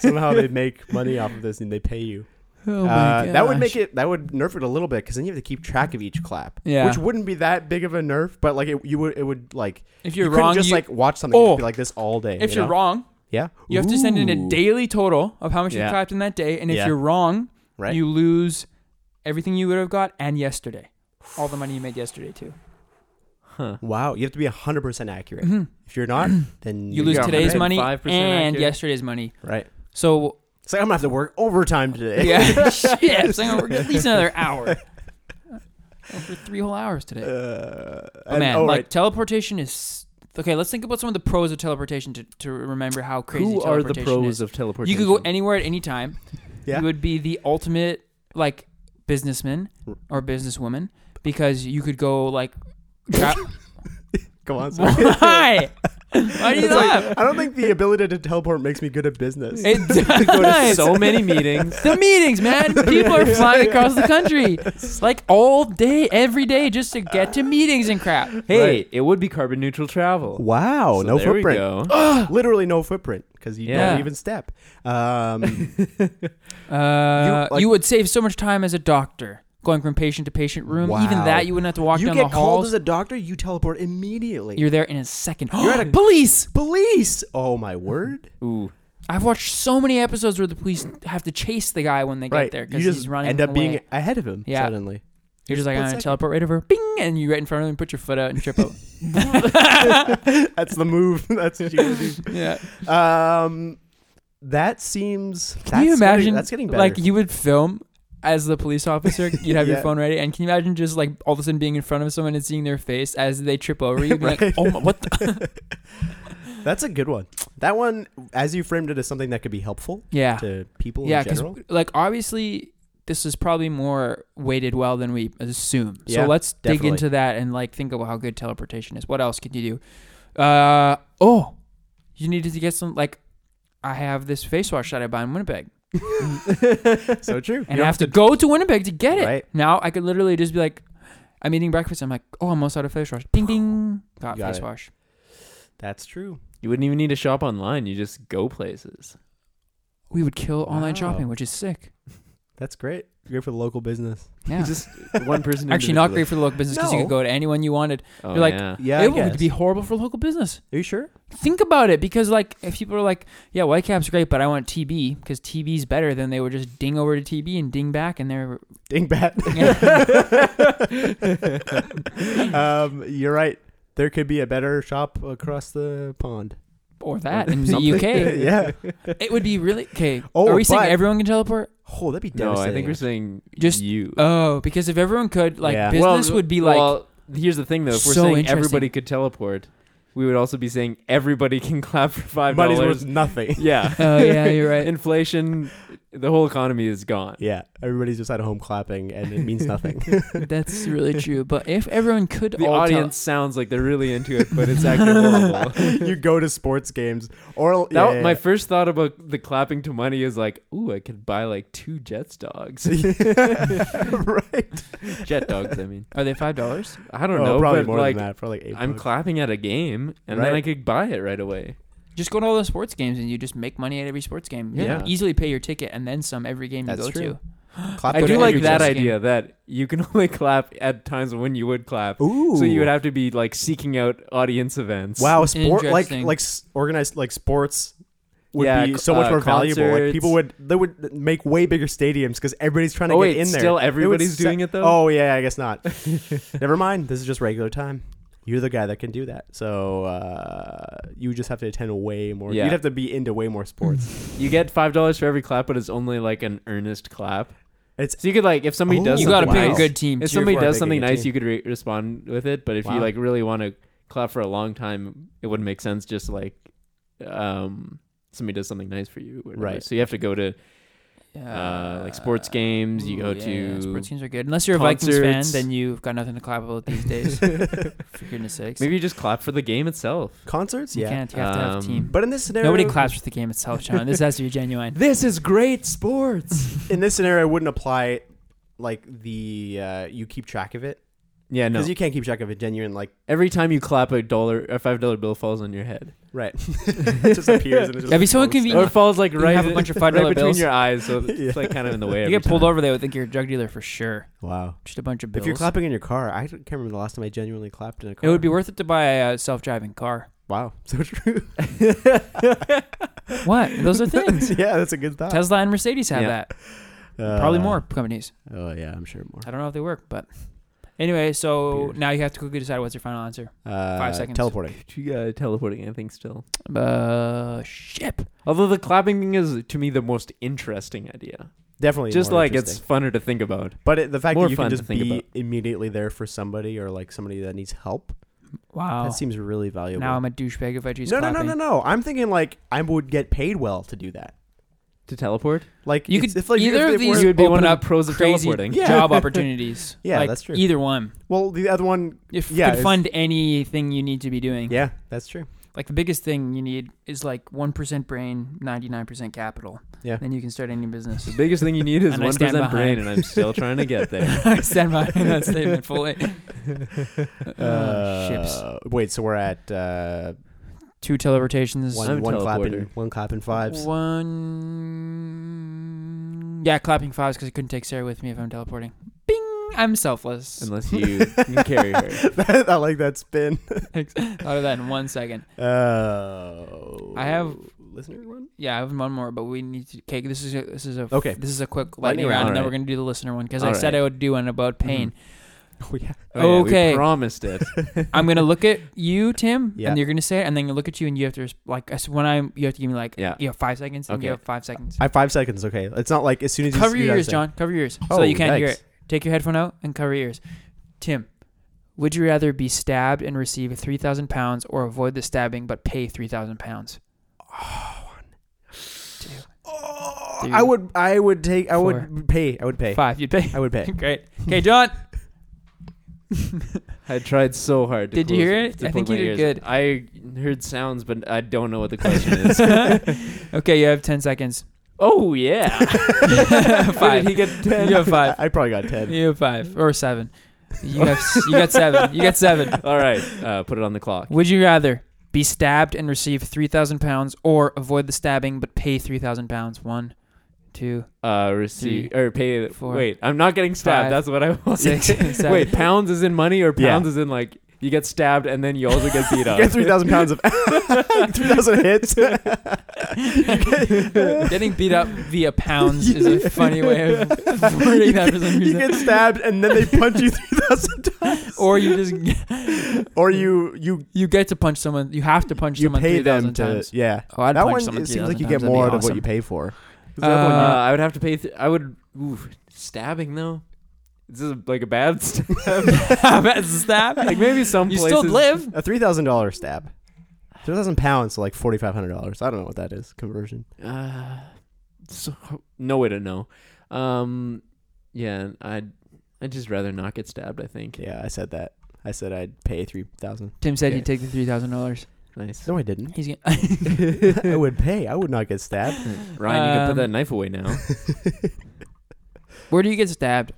Speaker 2: Somehow they make money off of this, and they pay you.
Speaker 3: Oh
Speaker 2: Uh, that would make it. That would nerf it a little bit because then you have to keep track of each clap.
Speaker 3: Yeah.
Speaker 2: which wouldn't be that big of a nerf, but like it, you would. It would like
Speaker 3: If you're
Speaker 2: you couldn't
Speaker 3: wrong,
Speaker 2: just
Speaker 3: you,
Speaker 2: like watch something and
Speaker 3: Oh.
Speaker 2: be like this all day.
Speaker 3: if
Speaker 2: you
Speaker 3: you're
Speaker 2: know?
Speaker 3: wrong,
Speaker 2: yeah,
Speaker 3: you have to send in
Speaker 2: Ooh.
Speaker 3: a daily total of how much
Speaker 1: Yeah.
Speaker 3: you clapped in that day, and if
Speaker 2: Yeah.
Speaker 3: you're wrong,
Speaker 2: Right.
Speaker 3: you lose everything you would have got and yesterday, all the money you made yesterday too.
Speaker 1: Huh.
Speaker 2: Wow, you have to be hundred percent accurate.
Speaker 3: Mhm.
Speaker 2: If you're not, then
Speaker 3: You lose
Speaker 1: got
Speaker 3: today's
Speaker 1: paid
Speaker 3: money
Speaker 1: 5%
Speaker 3: and
Speaker 1: accurate.
Speaker 3: yesterday's money.
Speaker 2: Right.
Speaker 3: So
Speaker 2: It's like I'm gonna have to work overtime today.
Speaker 3: yeah, shit, so I'm gonna work at least another hour. Oh, For three whole hours today.
Speaker 2: Uh,
Speaker 3: But
Speaker 2: and-
Speaker 3: man,
Speaker 2: oh,
Speaker 3: like
Speaker 2: right.
Speaker 3: teleportation is okay. Let's think about some of the pros of teleportation to, to remember how crazy
Speaker 1: Who are the
Speaker 3: teleportation
Speaker 1: pros
Speaker 3: is.
Speaker 1: of
Speaker 3: You
Speaker 1: teleportation?
Speaker 3: could go anywhere at any time.
Speaker 2: Yeah.
Speaker 3: You would be the ultimate like businessman or businesswoman because you could go like tra-
Speaker 2: Come on. Sam.
Speaker 3: Why? Why do you
Speaker 2: It's like,
Speaker 3: laugh?
Speaker 2: I don't think the ability to teleport makes me good at business.
Speaker 3: It
Speaker 1: Go to
Speaker 3: does.
Speaker 1: so many meetings.
Speaker 3: the meetings, man. People are flying across the country like all day, every day, just to get to meetings and crap.
Speaker 1: Hey,
Speaker 2: Right.
Speaker 1: it would be carbon neutral travel.
Speaker 2: Wow,
Speaker 1: So
Speaker 2: no
Speaker 1: there we
Speaker 2: footprint.
Speaker 1: go.
Speaker 2: Literally no footprint because you
Speaker 1: Yeah.
Speaker 2: don't even step. Um, You-
Speaker 3: Uh,
Speaker 2: like-
Speaker 3: you would save so much time as a doctor going from patient to patient room. Even
Speaker 2: Wow.
Speaker 3: that, you wouldn't have to walk
Speaker 2: you
Speaker 3: down
Speaker 2: get
Speaker 3: the
Speaker 2: called
Speaker 3: halls.
Speaker 2: as a doctor, you teleport immediately.
Speaker 3: You're there in a second.
Speaker 2: You're at a-
Speaker 3: police.
Speaker 2: police. Oh my word!
Speaker 1: Ooh,
Speaker 3: I've watched so many episodes where the police have to chase the guy when they
Speaker 2: right,
Speaker 3: get there
Speaker 2: you
Speaker 3: because
Speaker 2: just
Speaker 3: he's running.
Speaker 2: end up
Speaker 3: away.
Speaker 2: being ahead of him
Speaker 3: Yeah.
Speaker 2: suddenly.
Speaker 3: You're just
Speaker 2: Split
Speaker 3: like, I'm gonna
Speaker 2: second.
Speaker 3: teleport right over, bing, and you right in front of him, put your foot out and trip up.
Speaker 2: That's the move. That's what you gotta
Speaker 3: yeah.
Speaker 2: do. Um, that seems.
Speaker 3: Can you
Speaker 2: that's getting-
Speaker 3: imagine?
Speaker 2: that's getting better.
Speaker 3: Like you would film as the police officer, you'd have your
Speaker 2: Yeah.
Speaker 3: phone ready, and can you imagine just like all of a sudden being in front of someone and seeing their face as they trip over you, being like,
Speaker 2: Right.
Speaker 3: "Oh my, what the?"
Speaker 2: that's a good one. That one, as you framed it, is something that could be helpful
Speaker 3: Yeah,
Speaker 2: to people
Speaker 3: yeah,
Speaker 2: in
Speaker 3: because
Speaker 2: general.
Speaker 3: like obviously this is probably more weighted well than we assume. So
Speaker 2: Yeah,
Speaker 3: let's
Speaker 2: definitely.
Speaker 3: dig into that and like think about how good teleportation is. What else could you do? Uh oh, you needed to get some like. I have this face wash that I buy in Winnipeg.
Speaker 2: so true.
Speaker 3: and I have to, go to Winnipeg to get it.
Speaker 2: Right.
Speaker 3: Now I could literally just be like, I'm eating breakfast. I'm like, oh, I'm almost out of face wash. Ding ding, got,
Speaker 2: Got
Speaker 3: face
Speaker 2: it.
Speaker 3: wash.
Speaker 2: That's true.
Speaker 1: you wouldn't even need to shop online. You just go places.
Speaker 3: We would kill online
Speaker 2: Wow.
Speaker 3: shopping, which is sick.
Speaker 2: That's great. Great for the local business.
Speaker 3: Yeah.
Speaker 1: Just one person.
Speaker 3: Actually, not
Speaker 1: individually.
Speaker 3: great for the local business because you
Speaker 2: No.
Speaker 3: could go to anyone you wanted.
Speaker 1: Oh,
Speaker 3: You're like,
Speaker 1: yeah.
Speaker 2: Yeah,
Speaker 3: it would be horrible for local business.
Speaker 2: Are you sure?
Speaker 3: Think about it, because like if people are like, yeah, Whitecap's great, but I want TB because TB's better, then they would just ding over to TB and ding back, and they're
Speaker 2: Dingbat. um, you're right. There could be a better shop across the pond.
Speaker 3: or that in the
Speaker 1: Something.
Speaker 3: UK.
Speaker 2: yeah.
Speaker 3: It would be really okay.
Speaker 2: Oh,
Speaker 3: are we saying
Speaker 2: but-
Speaker 3: everyone can teleport?
Speaker 2: Oh, that'd be
Speaker 1: No,
Speaker 2: devastating.
Speaker 1: I think we're saying
Speaker 3: Just-
Speaker 1: just you.
Speaker 3: Oh, because if everyone could, like,
Speaker 2: Yeah.
Speaker 3: business would be like,
Speaker 1: Well, here's the thing, though. If we're
Speaker 3: so
Speaker 1: saying
Speaker 3: interesting.
Speaker 1: everybody could teleport, we would also be saying everybody can clap for five
Speaker 2: Money's worth
Speaker 1: dollars.
Speaker 2: nothing.
Speaker 1: Yeah.
Speaker 3: oh yeah, you're right.
Speaker 1: Inflation, the whole economy is gone.
Speaker 2: yeah. Everybody's just at home clapping, and it means nothing.
Speaker 3: That's really true. But if everyone could,
Speaker 1: The
Speaker 3: all tele-
Speaker 1: audience sounds like they're really into it, but it's actually horrible.
Speaker 2: you go to sports games, or
Speaker 1: That,
Speaker 2: yeah,
Speaker 1: my
Speaker 2: yeah,
Speaker 1: first thought about the clapping to money is like, ooh, I could buy like two Jets dogs.
Speaker 2: yeah. right.
Speaker 1: Jet dogs, I mean.
Speaker 3: are they five dollars?
Speaker 1: I don't
Speaker 2: Oh,
Speaker 1: know,
Speaker 2: probably
Speaker 1: but
Speaker 2: more
Speaker 1: like,
Speaker 2: than that. Probably like eight.
Speaker 1: I'm
Speaker 2: bucks.
Speaker 1: clapping at a game, and then
Speaker 2: Right.
Speaker 1: I could buy it right away.
Speaker 3: Just go to all the sports games and you just make money at every sports game. You
Speaker 1: Yeah.
Speaker 3: can easily pay your ticket and then some every game
Speaker 2: That's
Speaker 3: you go
Speaker 2: true.
Speaker 3: to.
Speaker 1: I
Speaker 2: Clap
Speaker 3: But
Speaker 2: at
Speaker 1: do
Speaker 3: if
Speaker 2: every
Speaker 1: like
Speaker 3: you're
Speaker 1: that
Speaker 2: Jets
Speaker 3: just
Speaker 1: idea that you can only clap at times when you would clap.
Speaker 2: game. Ooh.
Speaker 1: So you would have to be like seeking out audience events.
Speaker 2: Wow, sport like
Speaker 3: Interesting.
Speaker 2: like s- organized like sports would
Speaker 1: Yeah,
Speaker 2: be
Speaker 1: c-
Speaker 2: so much
Speaker 1: uh,
Speaker 2: more valuable. Like
Speaker 1: concerts.
Speaker 2: people would they would make way bigger stadiums because everybody's trying to
Speaker 1: Oh wait,
Speaker 2: get in there.
Speaker 1: still
Speaker 2: It would
Speaker 1: everybody's
Speaker 2: se-
Speaker 1: doing it though.
Speaker 2: Oh yeah, I guess not. Never mind. This is just regular time. You're the guy that can do that. So uh, you just have to attend way more.
Speaker 1: Yeah.
Speaker 2: You'd have to be into way more sports.
Speaker 1: You get five dollars for every clap, but it's only like an earnest clap.
Speaker 2: It's-
Speaker 1: so you could like if somebody
Speaker 2: Oh,
Speaker 1: does
Speaker 3: You got to
Speaker 1: something
Speaker 3: pick a
Speaker 1: nice-
Speaker 3: good team.
Speaker 1: If
Speaker 3: to cheer
Speaker 1: somebody
Speaker 2: for.
Speaker 1: does
Speaker 2: Pick a
Speaker 1: something
Speaker 2: good
Speaker 1: nice,
Speaker 2: team.
Speaker 1: you could re- respond with it. But if
Speaker 2: Wow.
Speaker 1: you like really want to clap for a long time, it wouldn't make sense. Just like um, somebody does something nice for you, or whatever.
Speaker 2: Right.
Speaker 1: So you have to go to
Speaker 3: for.
Speaker 1: uh, like sports games. You
Speaker 3: Ooh,
Speaker 1: go
Speaker 3: yeah,
Speaker 1: to
Speaker 3: yeah, sports games are good. Unless you're a Vikings fan,
Speaker 1: concerts.
Speaker 3: then you've got nothing to clap about these days. for goodness sakes,
Speaker 1: maybe you just clap for the game itself.
Speaker 2: Concerts,
Speaker 3: you
Speaker 2: yeah.
Speaker 3: can't. You have to have a
Speaker 1: Um,
Speaker 3: team.
Speaker 2: But in this scenario,
Speaker 3: Nobody claps for the game itself, Sean. This has to be genuine.
Speaker 1: This is great sports.
Speaker 2: In this scenario, it wouldn't apply. Like the uh, you keep track of it
Speaker 1: yeah, no.
Speaker 2: because you can't keep track of a genuine like
Speaker 1: Every time you clap, a dollar, a five dollar bill falls on your head,
Speaker 2: right. it just appears and it just
Speaker 3: That'd be
Speaker 2: falls.
Speaker 3: so
Speaker 1: or
Speaker 3: inconvenient.
Speaker 1: it falls like
Speaker 3: You
Speaker 1: right,
Speaker 3: have a bunch of
Speaker 1: right
Speaker 3: $5
Speaker 1: between
Speaker 3: bills.
Speaker 1: your eyes, so it's
Speaker 2: Yeah.
Speaker 1: like kind of in the way.
Speaker 3: You
Speaker 1: every
Speaker 3: get pulled
Speaker 1: time.
Speaker 3: over, they would think you're a drug dealer for sure.
Speaker 2: Wow.
Speaker 3: Just a bunch of bills.
Speaker 2: If you're clapping in your car, I can't remember the last time I genuinely clapped in a car.
Speaker 3: It would be worth it to buy a uh, self-driving car.
Speaker 2: wow, so true.
Speaker 3: What? Those are things.
Speaker 2: yeah, that's a good thought.
Speaker 3: Tesla and Mercedes have
Speaker 1: Yeah.
Speaker 3: that.
Speaker 2: Uh,
Speaker 3: Probably more companies.
Speaker 2: Oh yeah, I'm sure more.
Speaker 3: I don't know if they work, but anyway. So
Speaker 1: Beer.
Speaker 3: now you have to quickly decide what's your final answer.
Speaker 2: Uh,
Speaker 3: Five seconds.
Speaker 2: Teleporting.
Speaker 1: You got teleporting, I think, still.
Speaker 3: Uh, ship.
Speaker 1: Although the clapping thing is, to me, the most interesting idea.
Speaker 2: Definitely.
Speaker 1: Just
Speaker 2: more
Speaker 1: like it's
Speaker 2: interesting.
Speaker 1: funner to think about.
Speaker 2: But it, the fact
Speaker 1: more
Speaker 2: that you
Speaker 1: fun
Speaker 2: can
Speaker 1: to
Speaker 2: just
Speaker 1: think
Speaker 2: be
Speaker 1: about.
Speaker 2: immediately there for somebody or like somebody that needs help,
Speaker 3: Wow.
Speaker 2: that seems really valuable.
Speaker 3: Now I'm a douchebag if I choose.
Speaker 2: no, no,
Speaker 3: clapping.
Speaker 2: no, no, no. I'm thinking like I would get paid well to do that.
Speaker 1: to teleport.
Speaker 2: Like
Speaker 3: You
Speaker 2: it's-
Speaker 3: could
Speaker 2: if, like,
Speaker 3: either
Speaker 2: if
Speaker 3: of
Speaker 2: they
Speaker 3: these
Speaker 1: You
Speaker 2: weren't-
Speaker 1: would be
Speaker 3: open
Speaker 1: one of the
Speaker 3: up
Speaker 1: pros of
Speaker 3: crazy
Speaker 1: teleporting.
Speaker 2: Yeah.
Speaker 3: job opportunities.
Speaker 2: Yeah,
Speaker 3: Like,
Speaker 2: that's true.
Speaker 3: Either one.
Speaker 2: Well, the other one,
Speaker 3: If
Speaker 2: Yeah,
Speaker 3: you could
Speaker 2: it's-
Speaker 3: fund anything you need to be doing.
Speaker 2: yeah, that's true.
Speaker 3: Like the biggest thing you need is like one percent brain, ninety nine percent capital.
Speaker 2: Yeah.
Speaker 3: Then you can start any business.
Speaker 1: The biggest thing you need is
Speaker 3: And I
Speaker 1: one
Speaker 3: stand
Speaker 1: percent brain,
Speaker 3: behind.
Speaker 1: and I'm still trying to get there.
Speaker 3: I stand by that statement fully. Uh, ships.
Speaker 2: Uh, Wait, so we're at uh,
Speaker 3: Two teleportations.
Speaker 2: one,
Speaker 1: I'm
Speaker 2: one clap and
Speaker 1: teleporter.
Speaker 2: one clap and fives.
Speaker 3: One. Yeah, clapping fives because I couldn't take Sarah with me if I'm teleporting. Bing! I'm selfless.
Speaker 1: Unless you can carry her.
Speaker 2: I like that spin.
Speaker 3: Thought of that in one second.
Speaker 2: Oh,
Speaker 3: I have-
Speaker 2: listener one.
Speaker 3: Yeah, I have one more, but we need to. Okay, this is a, this is a
Speaker 2: Okay.
Speaker 3: This is a quick
Speaker 1: Lightning
Speaker 3: lightning round,
Speaker 1: round.
Speaker 3: and then
Speaker 1: Alright.
Speaker 3: we're gonna do the listener one because I
Speaker 1: Alright.
Speaker 3: said I would do one
Speaker 2: Mm-hmm.
Speaker 3: about pain.
Speaker 2: Oh yeah.
Speaker 1: Oh, yeah, we
Speaker 3: Okay.
Speaker 1: promised it.
Speaker 3: I'm gonna look at you, Tim,
Speaker 2: Yeah.
Speaker 3: and you're gonna say it, and then I look at you, and you have to res- like I s- when I'm you have to give me like
Speaker 1: Yeah.
Speaker 3: you have five seconds, and you
Speaker 1: Okay.
Speaker 3: have five seconds.
Speaker 2: I have five seconds. Okay, it's not like as soon as you
Speaker 3: cover
Speaker 2: you
Speaker 3: your ears,
Speaker 2: guys say-
Speaker 3: John. Cover your ears so
Speaker 2: Oh,
Speaker 3: that you can't hear
Speaker 2: yikes.
Speaker 3: it. Take your headphone out and cover your ears. Tim, would you rather be stabbed and receive three thousand pounds, or avoid the stabbing but pay three thousand pounds?
Speaker 2: Oh,
Speaker 3: Three,
Speaker 2: I would. I would take. I
Speaker 3: four,
Speaker 2: would pay. I would pay.
Speaker 3: Five, you'd pay.
Speaker 2: I would pay.
Speaker 3: Great. Okay, John.
Speaker 1: I tried so hard. To
Speaker 3: Did you
Speaker 1: close-
Speaker 3: hear it?
Speaker 1: to
Speaker 3: I think
Speaker 1: close
Speaker 3: you
Speaker 1: my
Speaker 3: did
Speaker 1: I heard sounds, but I don't know what the question is.
Speaker 3: okay, you have ten seconds.
Speaker 1: oh yeah. Why
Speaker 3: five.
Speaker 1: did he get ten?
Speaker 3: You have five.
Speaker 2: I probably got ten.
Speaker 3: You have five or seven. You have s- you got seven. You got seven.
Speaker 1: All right. Uh, put it on the clock.
Speaker 3: Would you rather be stabbed and receive 3,000 pounds or avoid the stabbing but pay 3,000 pounds? One, two,
Speaker 1: Uh, receive or pay.
Speaker 3: four,
Speaker 1: wait, I'm not getting stabbed.
Speaker 3: five,
Speaker 1: That's what I want.
Speaker 3: six, and seven.
Speaker 1: Wait, pounds is in money or
Speaker 2: Yeah.
Speaker 1: pounds is in like you get stabbed and then you also get beat
Speaker 2: You
Speaker 1: up.
Speaker 2: get three thousand pounds of three thousand hits.
Speaker 3: Getting beat up via pounds is a funny way of wording that for some
Speaker 2: You
Speaker 3: reason.
Speaker 2: get stabbed and then they punch you three thousand times,
Speaker 3: Or you just
Speaker 2: or you you
Speaker 3: you get to punch someone. You have to punch
Speaker 2: you
Speaker 3: someone
Speaker 2: pay them
Speaker 3: 3,000
Speaker 2: to
Speaker 3: times.
Speaker 2: yeah.
Speaker 3: Oh, I'd
Speaker 2: that
Speaker 3: punch
Speaker 2: one
Speaker 3: someone
Speaker 2: it seems
Speaker 3: 3,000
Speaker 2: like you
Speaker 3: times.
Speaker 2: get
Speaker 3: That'd be
Speaker 2: more out of what
Speaker 3: awesome.
Speaker 2: you pay for. 'Cause
Speaker 1: Uh,
Speaker 2: that one, yeah.
Speaker 1: I would have to pay. Th- I would. Ooh, stabbing though. Is this like a bad stab?
Speaker 3: That's a stab.
Speaker 1: like maybe some
Speaker 3: you
Speaker 1: places.
Speaker 3: still live.
Speaker 2: a three thousand dollar stab, three thousand pounds, so like forty five hundred dollars. I don't know what that is conversion.
Speaker 1: Uh, so no way to know. Um, yeah, I'd I'd just rather not get stabbed. I think.
Speaker 2: Yeah, I said that. I said I'd pay three thousand.
Speaker 3: Tim said
Speaker 2: Okay.
Speaker 3: he'd take the $3,000.
Speaker 1: Nice.
Speaker 2: No, I didn't.
Speaker 3: He's gonna
Speaker 2: I would pay. I would not get stabbed.
Speaker 1: Ryan, you can
Speaker 3: Um,
Speaker 1: put that knife away now.
Speaker 3: Where do you get stabbed?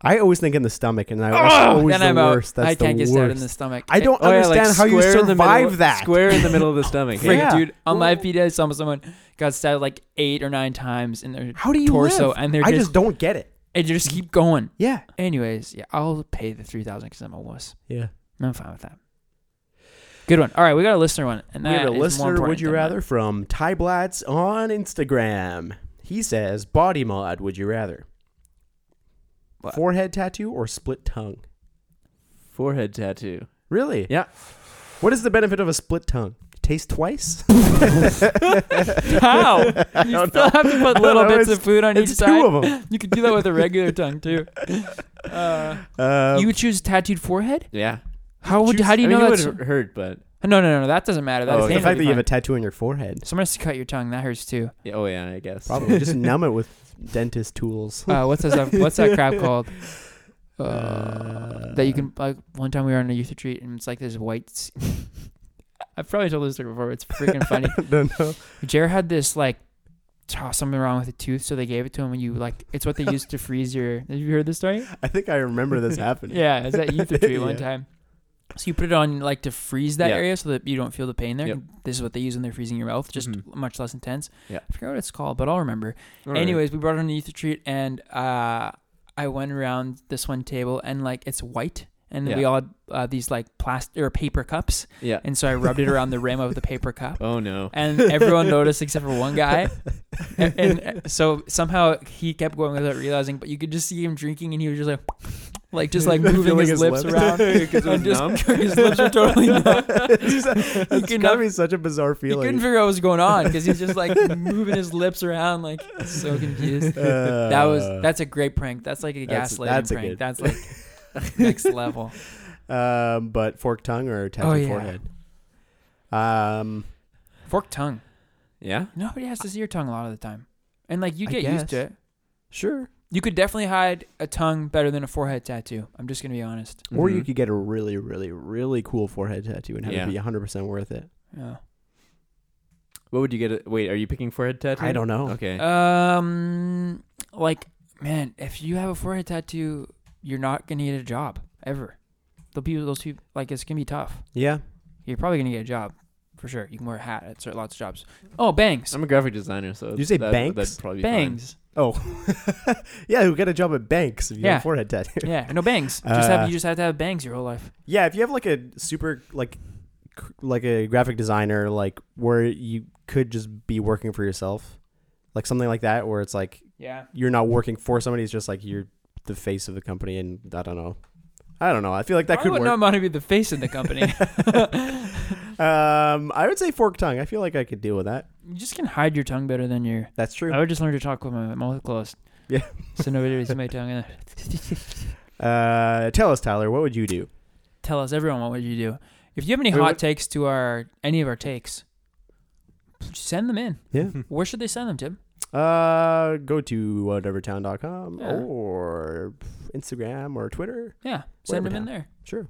Speaker 2: I always think in the stomach, and I, that's
Speaker 3: Oh,
Speaker 2: always
Speaker 3: then
Speaker 2: the
Speaker 3: I'm out.
Speaker 2: worst. That's
Speaker 3: I
Speaker 2: the
Speaker 3: can't get stabbed in
Speaker 2: worst.
Speaker 3: the stomach.
Speaker 2: I don't
Speaker 1: Oh, yeah, like
Speaker 2: understand how you
Speaker 1: square in the middle-
Speaker 2: survive that.
Speaker 1: Square in the middle of the stomach.
Speaker 3: Freak,
Speaker 1: hey?
Speaker 2: Yeah.
Speaker 3: dude. On my
Speaker 2: Well-
Speaker 3: PDA, some someone got stabbed like eight or nine times in their
Speaker 2: How do you
Speaker 3: torso,
Speaker 2: live?
Speaker 3: and they're
Speaker 2: I
Speaker 3: just,
Speaker 2: just don't get it.
Speaker 3: and they just keep going.
Speaker 2: Yeah.
Speaker 3: Anyways, yeah, I'll pay the three thousand because I'm a wuss.
Speaker 2: Yeah.
Speaker 3: I'm fine with that. Good one. All right, we got a listener one, and
Speaker 2: we
Speaker 3: that
Speaker 2: have a
Speaker 3: is more
Speaker 2: listener,
Speaker 3: important
Speaker 2: would you
Speaker 3: than
Speaker 2: rather, from Ty Blatz on Instagram. He says, body mod, would you rather?
Speaker 3: What?
Speaker 2: Forehead tattoo or split tongue?
Speaker 1: Forehead tattoo.
Speaker 2: Really?
Speaker 1: Yeah.
Speaker 2: What is the benefit of a split tongue? Taste twice?
Speaker 3: that. How you
Speaker 2: don't
Speaker 3: still
Speaker 2: know.
Speaker 3: have to
Speaker 2: I
Speaker 3: put
Speaker 2: don't
Speaker 3: little
Speaker 2: know.
Speaker 3: bits of
Speaker 2: It's-
Speaker 3: food on each
Speaker 2: it's
Speaker 3: side.
Speaker 2: two of Um, them.
Speaker 3: You could do that with a regular tongue too. Uh,
Speaker 2: Uh,
Speaker 3: you would choose tattooed forehead?
Speaker 1: Yeah.
Speaker 3: How would? How do you
Speaker 1: I mean,
Speaker 3: know
Speaker 1: it
Speaker 3: that's?
Speaker 1: would hurt, but
Speaker 3: No, no, no, no. That doesn't matter. That's
Speaker 1: Oh,
Speaker 2: the
Speaker 1: okay.
Speaker 2: fact that you have a tattoo on your forehead.
Speaker 3: Someone has to cut your tongue. That hurts too.
Speaker 1: yeah, oh yeah, I guess.
Speaker 2: Probably just numb it with dentist tools.
Speaker 3: uh, what's that? What's that crab called? Uh,
Speaker 2: Uh,
Speaker 3: that you can like. One time we were on a youth retreat, and it's like this white. s- I've probably told this story before. But it's freaking funny.
Speaker 2: Don't know.
Speaker 3: Jared had this like. oh, something wrong with a tooth, so they gave it to him, and you like it's what they used to freeze your. Have you heard this story?
Speaker 2: I think I remember this happening.
Speaker 3: Yeah, it was at youth retreat one
Speaker 2: Yeah.
Speaker 3: time. So you put it on like to freeze that
Speaker 1: Yeah.
Speaker 3: area so that you don't feel the pain there.
Speaker 1: Yep.
Speaker 3: This is what they use when they're freezing your mouth, just
Speaker 1: Mhm.
Speaker 3: much less intense.
Speaker 1: Yeah.
Speaker 3: I forget what it's called, but I'll remember.
Speaker 1: All right.
Speaker 3: Anyways, we brought it on a youth retreat, and uh, I went around this one table, and like it's white, and
Speaker 1: Yeah.
Speaker 3: we all had uh, these like plastic or paper cups,
Speaker 1: Yeah.
Speaker 3: and so I rubbed it around the rim of the paper cup,
Speaker 1: Oh no.
Speaker 3: and everyone noticed except for one guy. And, and, uh, so somehow he kept going without realizing, but you could just see him drinking, and he was just like, like just like moving
Speaker 2: Feeling
Speaker 3: his,
Speaker 2: his
Speaker 3: lips
Speaker 2: lips.
Speaker 3: around,
Speaker 1: Because it was
Speaker 3: and just
Speaker 1: numb?
Speaker 3: his lips were totally numb.
Speaker 2: It's just-
Speaker 3: He
Speaker 2: That's
Speaker 3: could
Speaker 2: gotta
Speaker 3: not-
Speaker 2: be such a bizarre
Speaker 3: He
Speaker 2: feeling.
Speaker 3: couldn't figure out what was going on because he's just like moving his lips around, like so confused.
Speaker 2: Uh,
Speaker 3: That was that's a great prank. That's like a
Speaker 2: That's-
Speaker 3: gaslighting
Speaker 2: that's a
Speaker 3: prank.
Speaker 2: good-
Speaker 3: That's like next level.
Speaker 2: Um, but fork tongue or tattoo
Speaker 3: Oh, yeah.
Speaker 2: forehead. Um,
Speaker 3: Fork tongue.
Speaker 1: Yeah.
Speaker 3: Nobody has to see your tongue a lot of the time. and like you
Speaker 2: I
Speaker 3: get used to
Speaker 2: guess.
Speaker 3: it.
Speaker 2: Sure.
Speaker 3: You could definitely hide a tongue better than a forehead tattoo. I'm just gonna be honest.
Speaker 2: Or you
Speaker 1: Mhm.
Speaker 2: could get a really, really, really cool forehead tattoo and have
Speaker 1: Yeah.
Speaker 2: it be 100% worth it.
Speaker 3: Yeah.
Speaker 1: What would you get? A, wait, are you picking forehead tattoo?
Speaker 2: I don't know. Uh,
Speaker 1: Okay.
Speaker 3: Um, like man, if you have a forehead tattoo, you're not gonna get a job ever. There'll be those people. Like it's gonna be tough.
Speaker 2: Yeah.
Speaker 3: You're probably gonna get a job for sure. You can wear a hat at certain lots of jobs. Oh, bangs,
Speaker 1: I'm a graphic designer, so
Speaker 2: You say
Speaker 1: that,
Speaker 2: banks?
Speaker 1: That'd probably be fine.
Speaker 3: bangs.
Speaker 2: Oh. yeah, you get a job at banks if you have
Speaker 3: Yeah.
Speaker 2: a forehead tattoo.
Speaker 3: yeah, no bangs. just have
Speaker 2: Uh,
Speaker 3: you just have to have bangs your whole life.
Speaker 2: Yeah, if you have like a super like cr- like a graphic designer like where you could just be working for yourself. Like something like that where it's like
Speaker 3: Yeah.
Speaker 2: you're not working for somebody, it's just like you're the face of the company and I don't know. I don't know. I feel like that
Speaker 3: I
Speaker 2: could
Speaker 3: would
Speaker 2: work.
Speaker 3: not want to be the face of the company.
Speaker 2: um I would say fork tongue. I feel like I could deal with that.
Speaker 3: you just can hide your tongue better than your.
Speaker 2: That's true.
Speaker 3: I would just learn to talk with my mouth closed.
Speaker 2: Yeah.
Speaker 3: so nobody would see my tongue. in there.
Speaker 2: Uh tell us Tyler, what would you do?
Speaker 3: Tell us, everyone, what would you do? If you have any
Speaker 2: Wait,
Speaker 3: hot
Speaker 2: what-
Speaker 3: takes to our any of our takes, send them in.
Speaker 2: Yeah.
Speaker 3: Where should they send them, Tim?
Speaker 2: Uh, go to whatevertown.com
Speaker 3: Yeah.
Speaker 2: or Instagram or Twitter.
Speaker 3: Yeah, send
Speaker 2: Wherever
Speaker 3: them in there.
Speaker 2: Sure.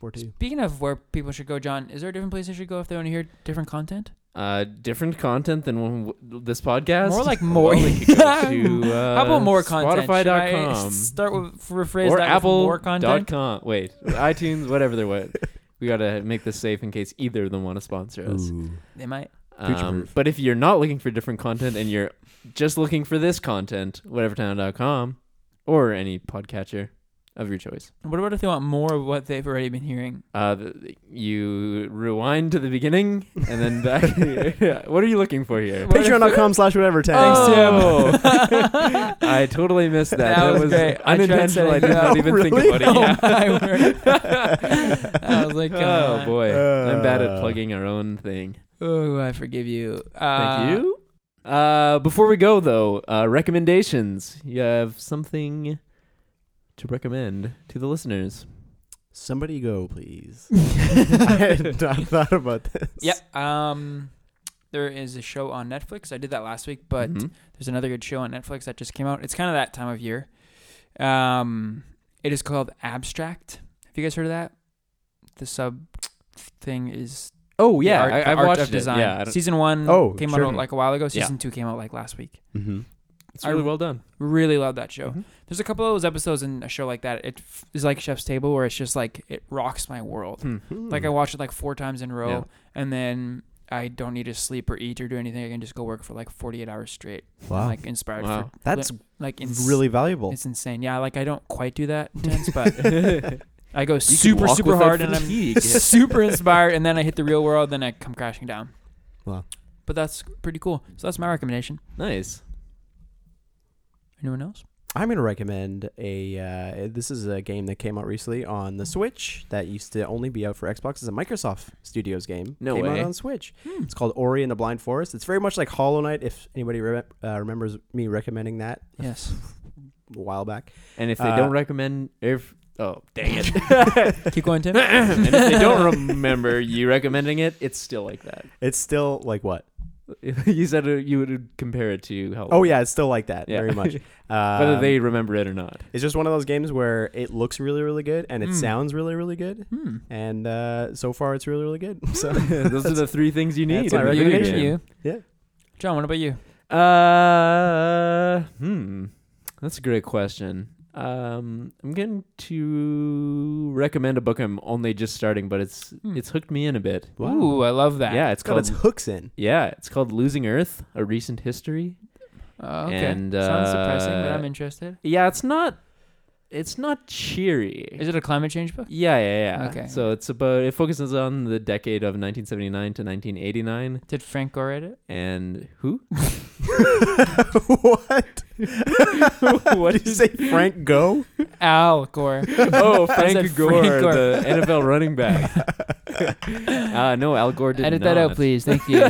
Speaker 2: Or two.
Speaker 3: Speaking of where people should go, John, is there a different place they should go if they want to hear different content?
Speaker 1: Uh, different content than when w- this podcast.
Speaker 3: More like more.
Speaker 1: Well, they could go to, uh,
Speaker 3: How about more content? Should I
Speaker 1: Spotify.com
Speaker 3: Start with rephrase
Speaker 1: or
Speaker 3: that with
Speaker 1: Apple
Speaker 3: more
Speaker 1: dot
Speaker 3: content.
Speaker 1: com. Wait, iTunes, whatever they were. We gotta make this safe in case either of them want to sponsor us.
Speaker 3: They might.
Speaker 1: Um,
Speaker 2: Future-proof.
Speaker 1: but if you're not looking for different content and you're just looking for this content, whatevertown.com or any podcatcher of your choice.
Speaker 3: What about if they want more of what they've already been hearing?
Speaker 1: Uh, th- you rewind to the beginning and then back. Yeah, What are you looking for here?
Speaker 3: What if-
Speaker 2: Patreon.com slash whatever
Speaker 1: Thanks,
Speaker 2: town.
Speaker 1: Tim.
Speaker 3: Oh.
Speaker 1: I totally missed that.
Speaker 3: That was great. I tried
Speaker 1: unintentional. I, did
Speaker 3: setting it up.
Speaker 1: not even think
Speaker 2: Really?
Speaker 1: about it.
Speaker 3: Oh
Speaker 1: Yeah.
Speaker 3: my word. I was like,
Speaker 1: oh
Speaker 3: uh,
Speaker 1: boy, I'm bad at
Speaker 2: Uh.
Speaker 1: plugging our own thing.
Speaker 3: Oh, I forgive you. Uh,
Speaker 1: Thank you. Uh, before we go though, uh, recommendations. You have something to recommend to the listeners.
Speaker 2: Somebody go, please. I had not thought about this.
Speaker 3: Yep. Um, there is a show on Netflix. I did that last week, but
Speaker 1: Mhm.
Speaker 3: there's another good show on Netflix that just came out. It's kind of that time of year. Um, it is called Abstract. Have you guys heard of that? The sub thing is
Speaker 1: oh yeah,
Speaker 3: the art,
Speaker 1: I,
Speaker 3: the
Speaker 1: I've
Speaker 3: art
Speaker 1: watched
Speaker 3: of
Speaker 1: it.
Speaker 3: design.
Speaker 1: Yeah, I don't,
Speaker 3: season one
Speaker 2: Oh,
Speaker 3: came
Speaker 2: sure.
Speaker 3: out like a while ago.
Speaker 1: Yeah.
Speaker 3: Season two came out like last week.
Speaker 2: Mm-hmm.
Speaker 1: it's really
Speaker 3: I-
Speaker 1: well done.
Speaker 3: Really love that show.
Speaker 1: Mhm.
Speaker 3: There's a couple of those episodes in a show like that. It f- is like Chef's Table, where it's just like it rocks my world.
Speaker 1: Hmm.
Speaker 2: Hmm.
Speaker 3: Like I watched it like four times in a row,
Speaker 1: Yeah.
Speaker 3: and then I don't need to sleep or eat or do anything. I can just go work for like 48 hours straight. I'm,
Speaker 2: Wow.
Speaker 3: like inspired.
Speaker 1: Wow.
Speaker 3: For,
Speaker 2: That's
Speaker 3: like
Speaker 2: really valuable.
Speaker 3: It's insane. Yeah, like I don't quite do that intense, but I go
Speaker 1: You can
Speaker 3: super
Speaker 1: walk
Speaker 3: super
Speaker 1: without
Speaker 3: hard and I'm
Speaker 1: fatigue.
Speaker 3: super inspired, and then I hit the real world, then I come crashing down.
Speaker 2: Wow.
Speaker 3: But that's pretty cool. So that's my recommendation.
Speaker 1: nice.
Speaker 3: Anyone else?
Speaker 2: I'm going to recommend a. Uh, this is a game that came out recently on the Switch that used to only be out for Xbox. It's a Microsoft Studios game.
Speaker 1: No
Speaker 2: came
Speaker 1: way.
Speaker 2: out on Switch. It's called Ori and the Blind Forest. It's very much like Hollow Knight. If anybody re- uh, remembers me recommending that
Speaker 3: Yes.
Speaker 2: a while back.
Speaker 1: And if they
Speaker 2: Uh,
Speaker 1: don't recommend, if oh dang it,
Speaker 3: Keep going, Tim. Hmm.
Speaker 1: and if they don't remember you recommending it, it's still like that.
Speaker 2: It's still like what?
Speaker 1: you said uh, you would compare it to how.
Speaker 2: Oh yeah, it's still like that
Speaker 1: Yeah.
Speaker 2: very much. Um,
Speaker 1: whether they remember it or not.
Speaker 2: it's just one of those games where it looks really really good and it
Speaker 3: Mm.
Speaker 2: sounds really really good,
Speaker 3: Hmm.
Speaker 2: and uh, so far it's really really good. So
Speaker 1: Those are the three things you need.
Speaker 2: That's my
Speaker 1: in a video
Speaker 3: You,
Speaker 2: recommendation.
Speaker 1: game.
Speaker 3: you.
Speaker 2: Yeah.
Speaker 3: John, what about you?
Speaker 1: Uh, hmm. That's a great question. Um, I'm going to recommend a book I'm only just starting, but it's
Speaker 3: Hmm.
Speaker 1: it's hooked me in a bit.
Speaker 2: Wow.
Speaker 3: Ooh, I love that.
Speaker 1: Yeah, it's
Speaker 2: it's got
Speaker 1: called
Speaker 2: its hooks in.
Speaker 1: yeah, it's called Losing Earth: A Recent History.
Speaker 3: Uh, okay.
Speaker 1: And,
Speaker 3: Sounds depressing, but
Speaker 1: uh,
Speaker 3: I'm interested.
Speaker 1: Yeah, it's not it's not cheery.
Speaker 3: Is it a climate change book?
Speaker 1: yeah, yeah, yeah.
Speaker 3: Okay.
Speaker 1: So it's about it focuses on the decade of 1979 to 1989,
Speaker 3: Did Frank Gore write it?
Speaker 1: and who? Oh,
Speaker 2: what?
Speaker 1: What
Speaker 2: what did you say, Frank? Go.
Speaker 3: Al Gore.
Speaker 1: oh,
Speaker 3: I said
Speaker 1: Frank Gore,
Speaker 3: Frank Gore.
Speaker 1: the NFL running back. uh, no, Al Gore did
Speaker 3: Edit
Speaker 1: not.
Speaker 3: that out, please. Thank you.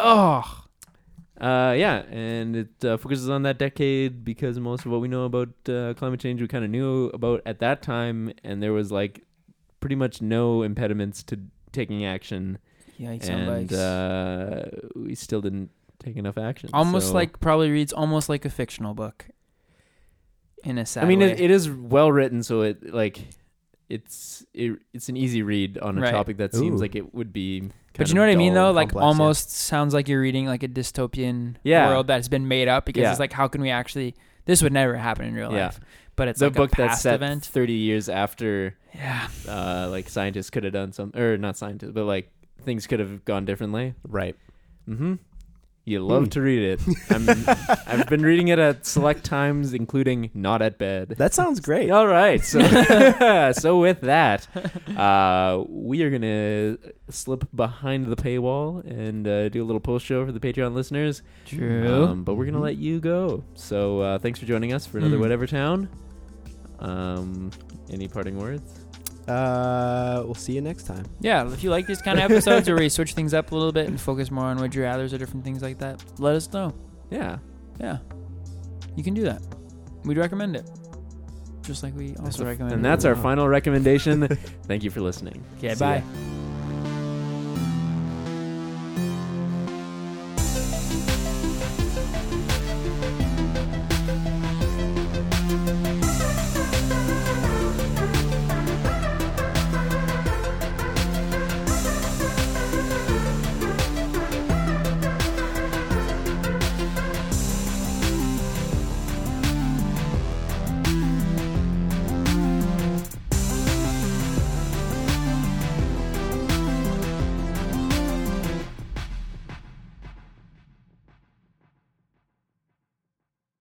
Speaker 3: oh,
Speaker 1: Uh, yeah, and it uh, focuses on that decade because most of what we know about uh, climate change we kind of knew about at that time, and there was like pretty much no impediments to taking action,
Speaker 3: yikes! on
Speaker 1: and
Speaker 3: bikes.
Speaker 1: uh, we still didn't take enough action.
Speaker 3: Almost
Speaker 1: So-
Speaker 3: like probably reads almost like a fictional book. In a sad
Speaker 1: I mean,
Speaker 3: way.
Speaker 1: it, it is well written, so it like it's it, it's an easy read on a
Speaker 3: Right.
Speaker 1: topic that seems
Speaker 2: Ooh.
Speaker 1: like it would be. Kind
Speaker 3: but you know what I mean
Speaker 1: dull
Speaker 3: though,
Speaker 1: and
Speaker 3: like
Speaker 2: complex, yeah.
Speaker 3: almost sounds like you're reading like a dystopian
Speaker 1: Yeah.
Speaker 3: world that's been made up because
Speaker 1: Yeah.
Speaker 3: it's like how can we actually this would never happen in real
Speaker 1: Yeah.
Speaker 3: life. But it's
Speaker 1: the
Speaker 3: like
Speaker 1: book
Speaker 3: a
Speaker 1: that's
Speaker 3: past
Speaker 1: set
Speaker 3: event.
Speaker 1: thirty years after,
Speaker 3: Yeah.
Speaker 1: uh, like scientists could have done some, or not scientists, but like things could have gone differently.
Speaker 2: Right.
Speaker 1: Mm-hmm. You love
Speaker 2: Hmm.
Speaker 1: to read it. I'm, I've been reading it at select times, including not at bed.
Speaker 2: That sounds great.
Speaker 1: All right. So, so with that, uh, we are going to slip behind the paywall and uh, do a little post show for the Patreon listeners.
Speaker 3: True.
Speaker 1: Um, but we're going to let you go. So uh, thanks for joining us for another
Speaker 3: Mm.
Speaker 1: Whatever Town. Um, any parting words?
Speaker 2: Uh, we'll see you next time.
Speaker 3: yeah, if you like these kind of episodes where we switch things up a little bit and focus more on would you rather's or different things like that, let us know.
Speaker 1: Yeah.
Speaker 3: Yeah. You can do that. We'd recommend it. Just like we also recommend
Speaker 1: And
Speaker 3: it.
Speaker 1: that's our
Speaker 2: Wow.
Speaker 1: final recommendation. Thank you for listening.
Speaker 3: Okay,
Speaker 2: See
Speaker 3: bye.
Speaker 2: ya.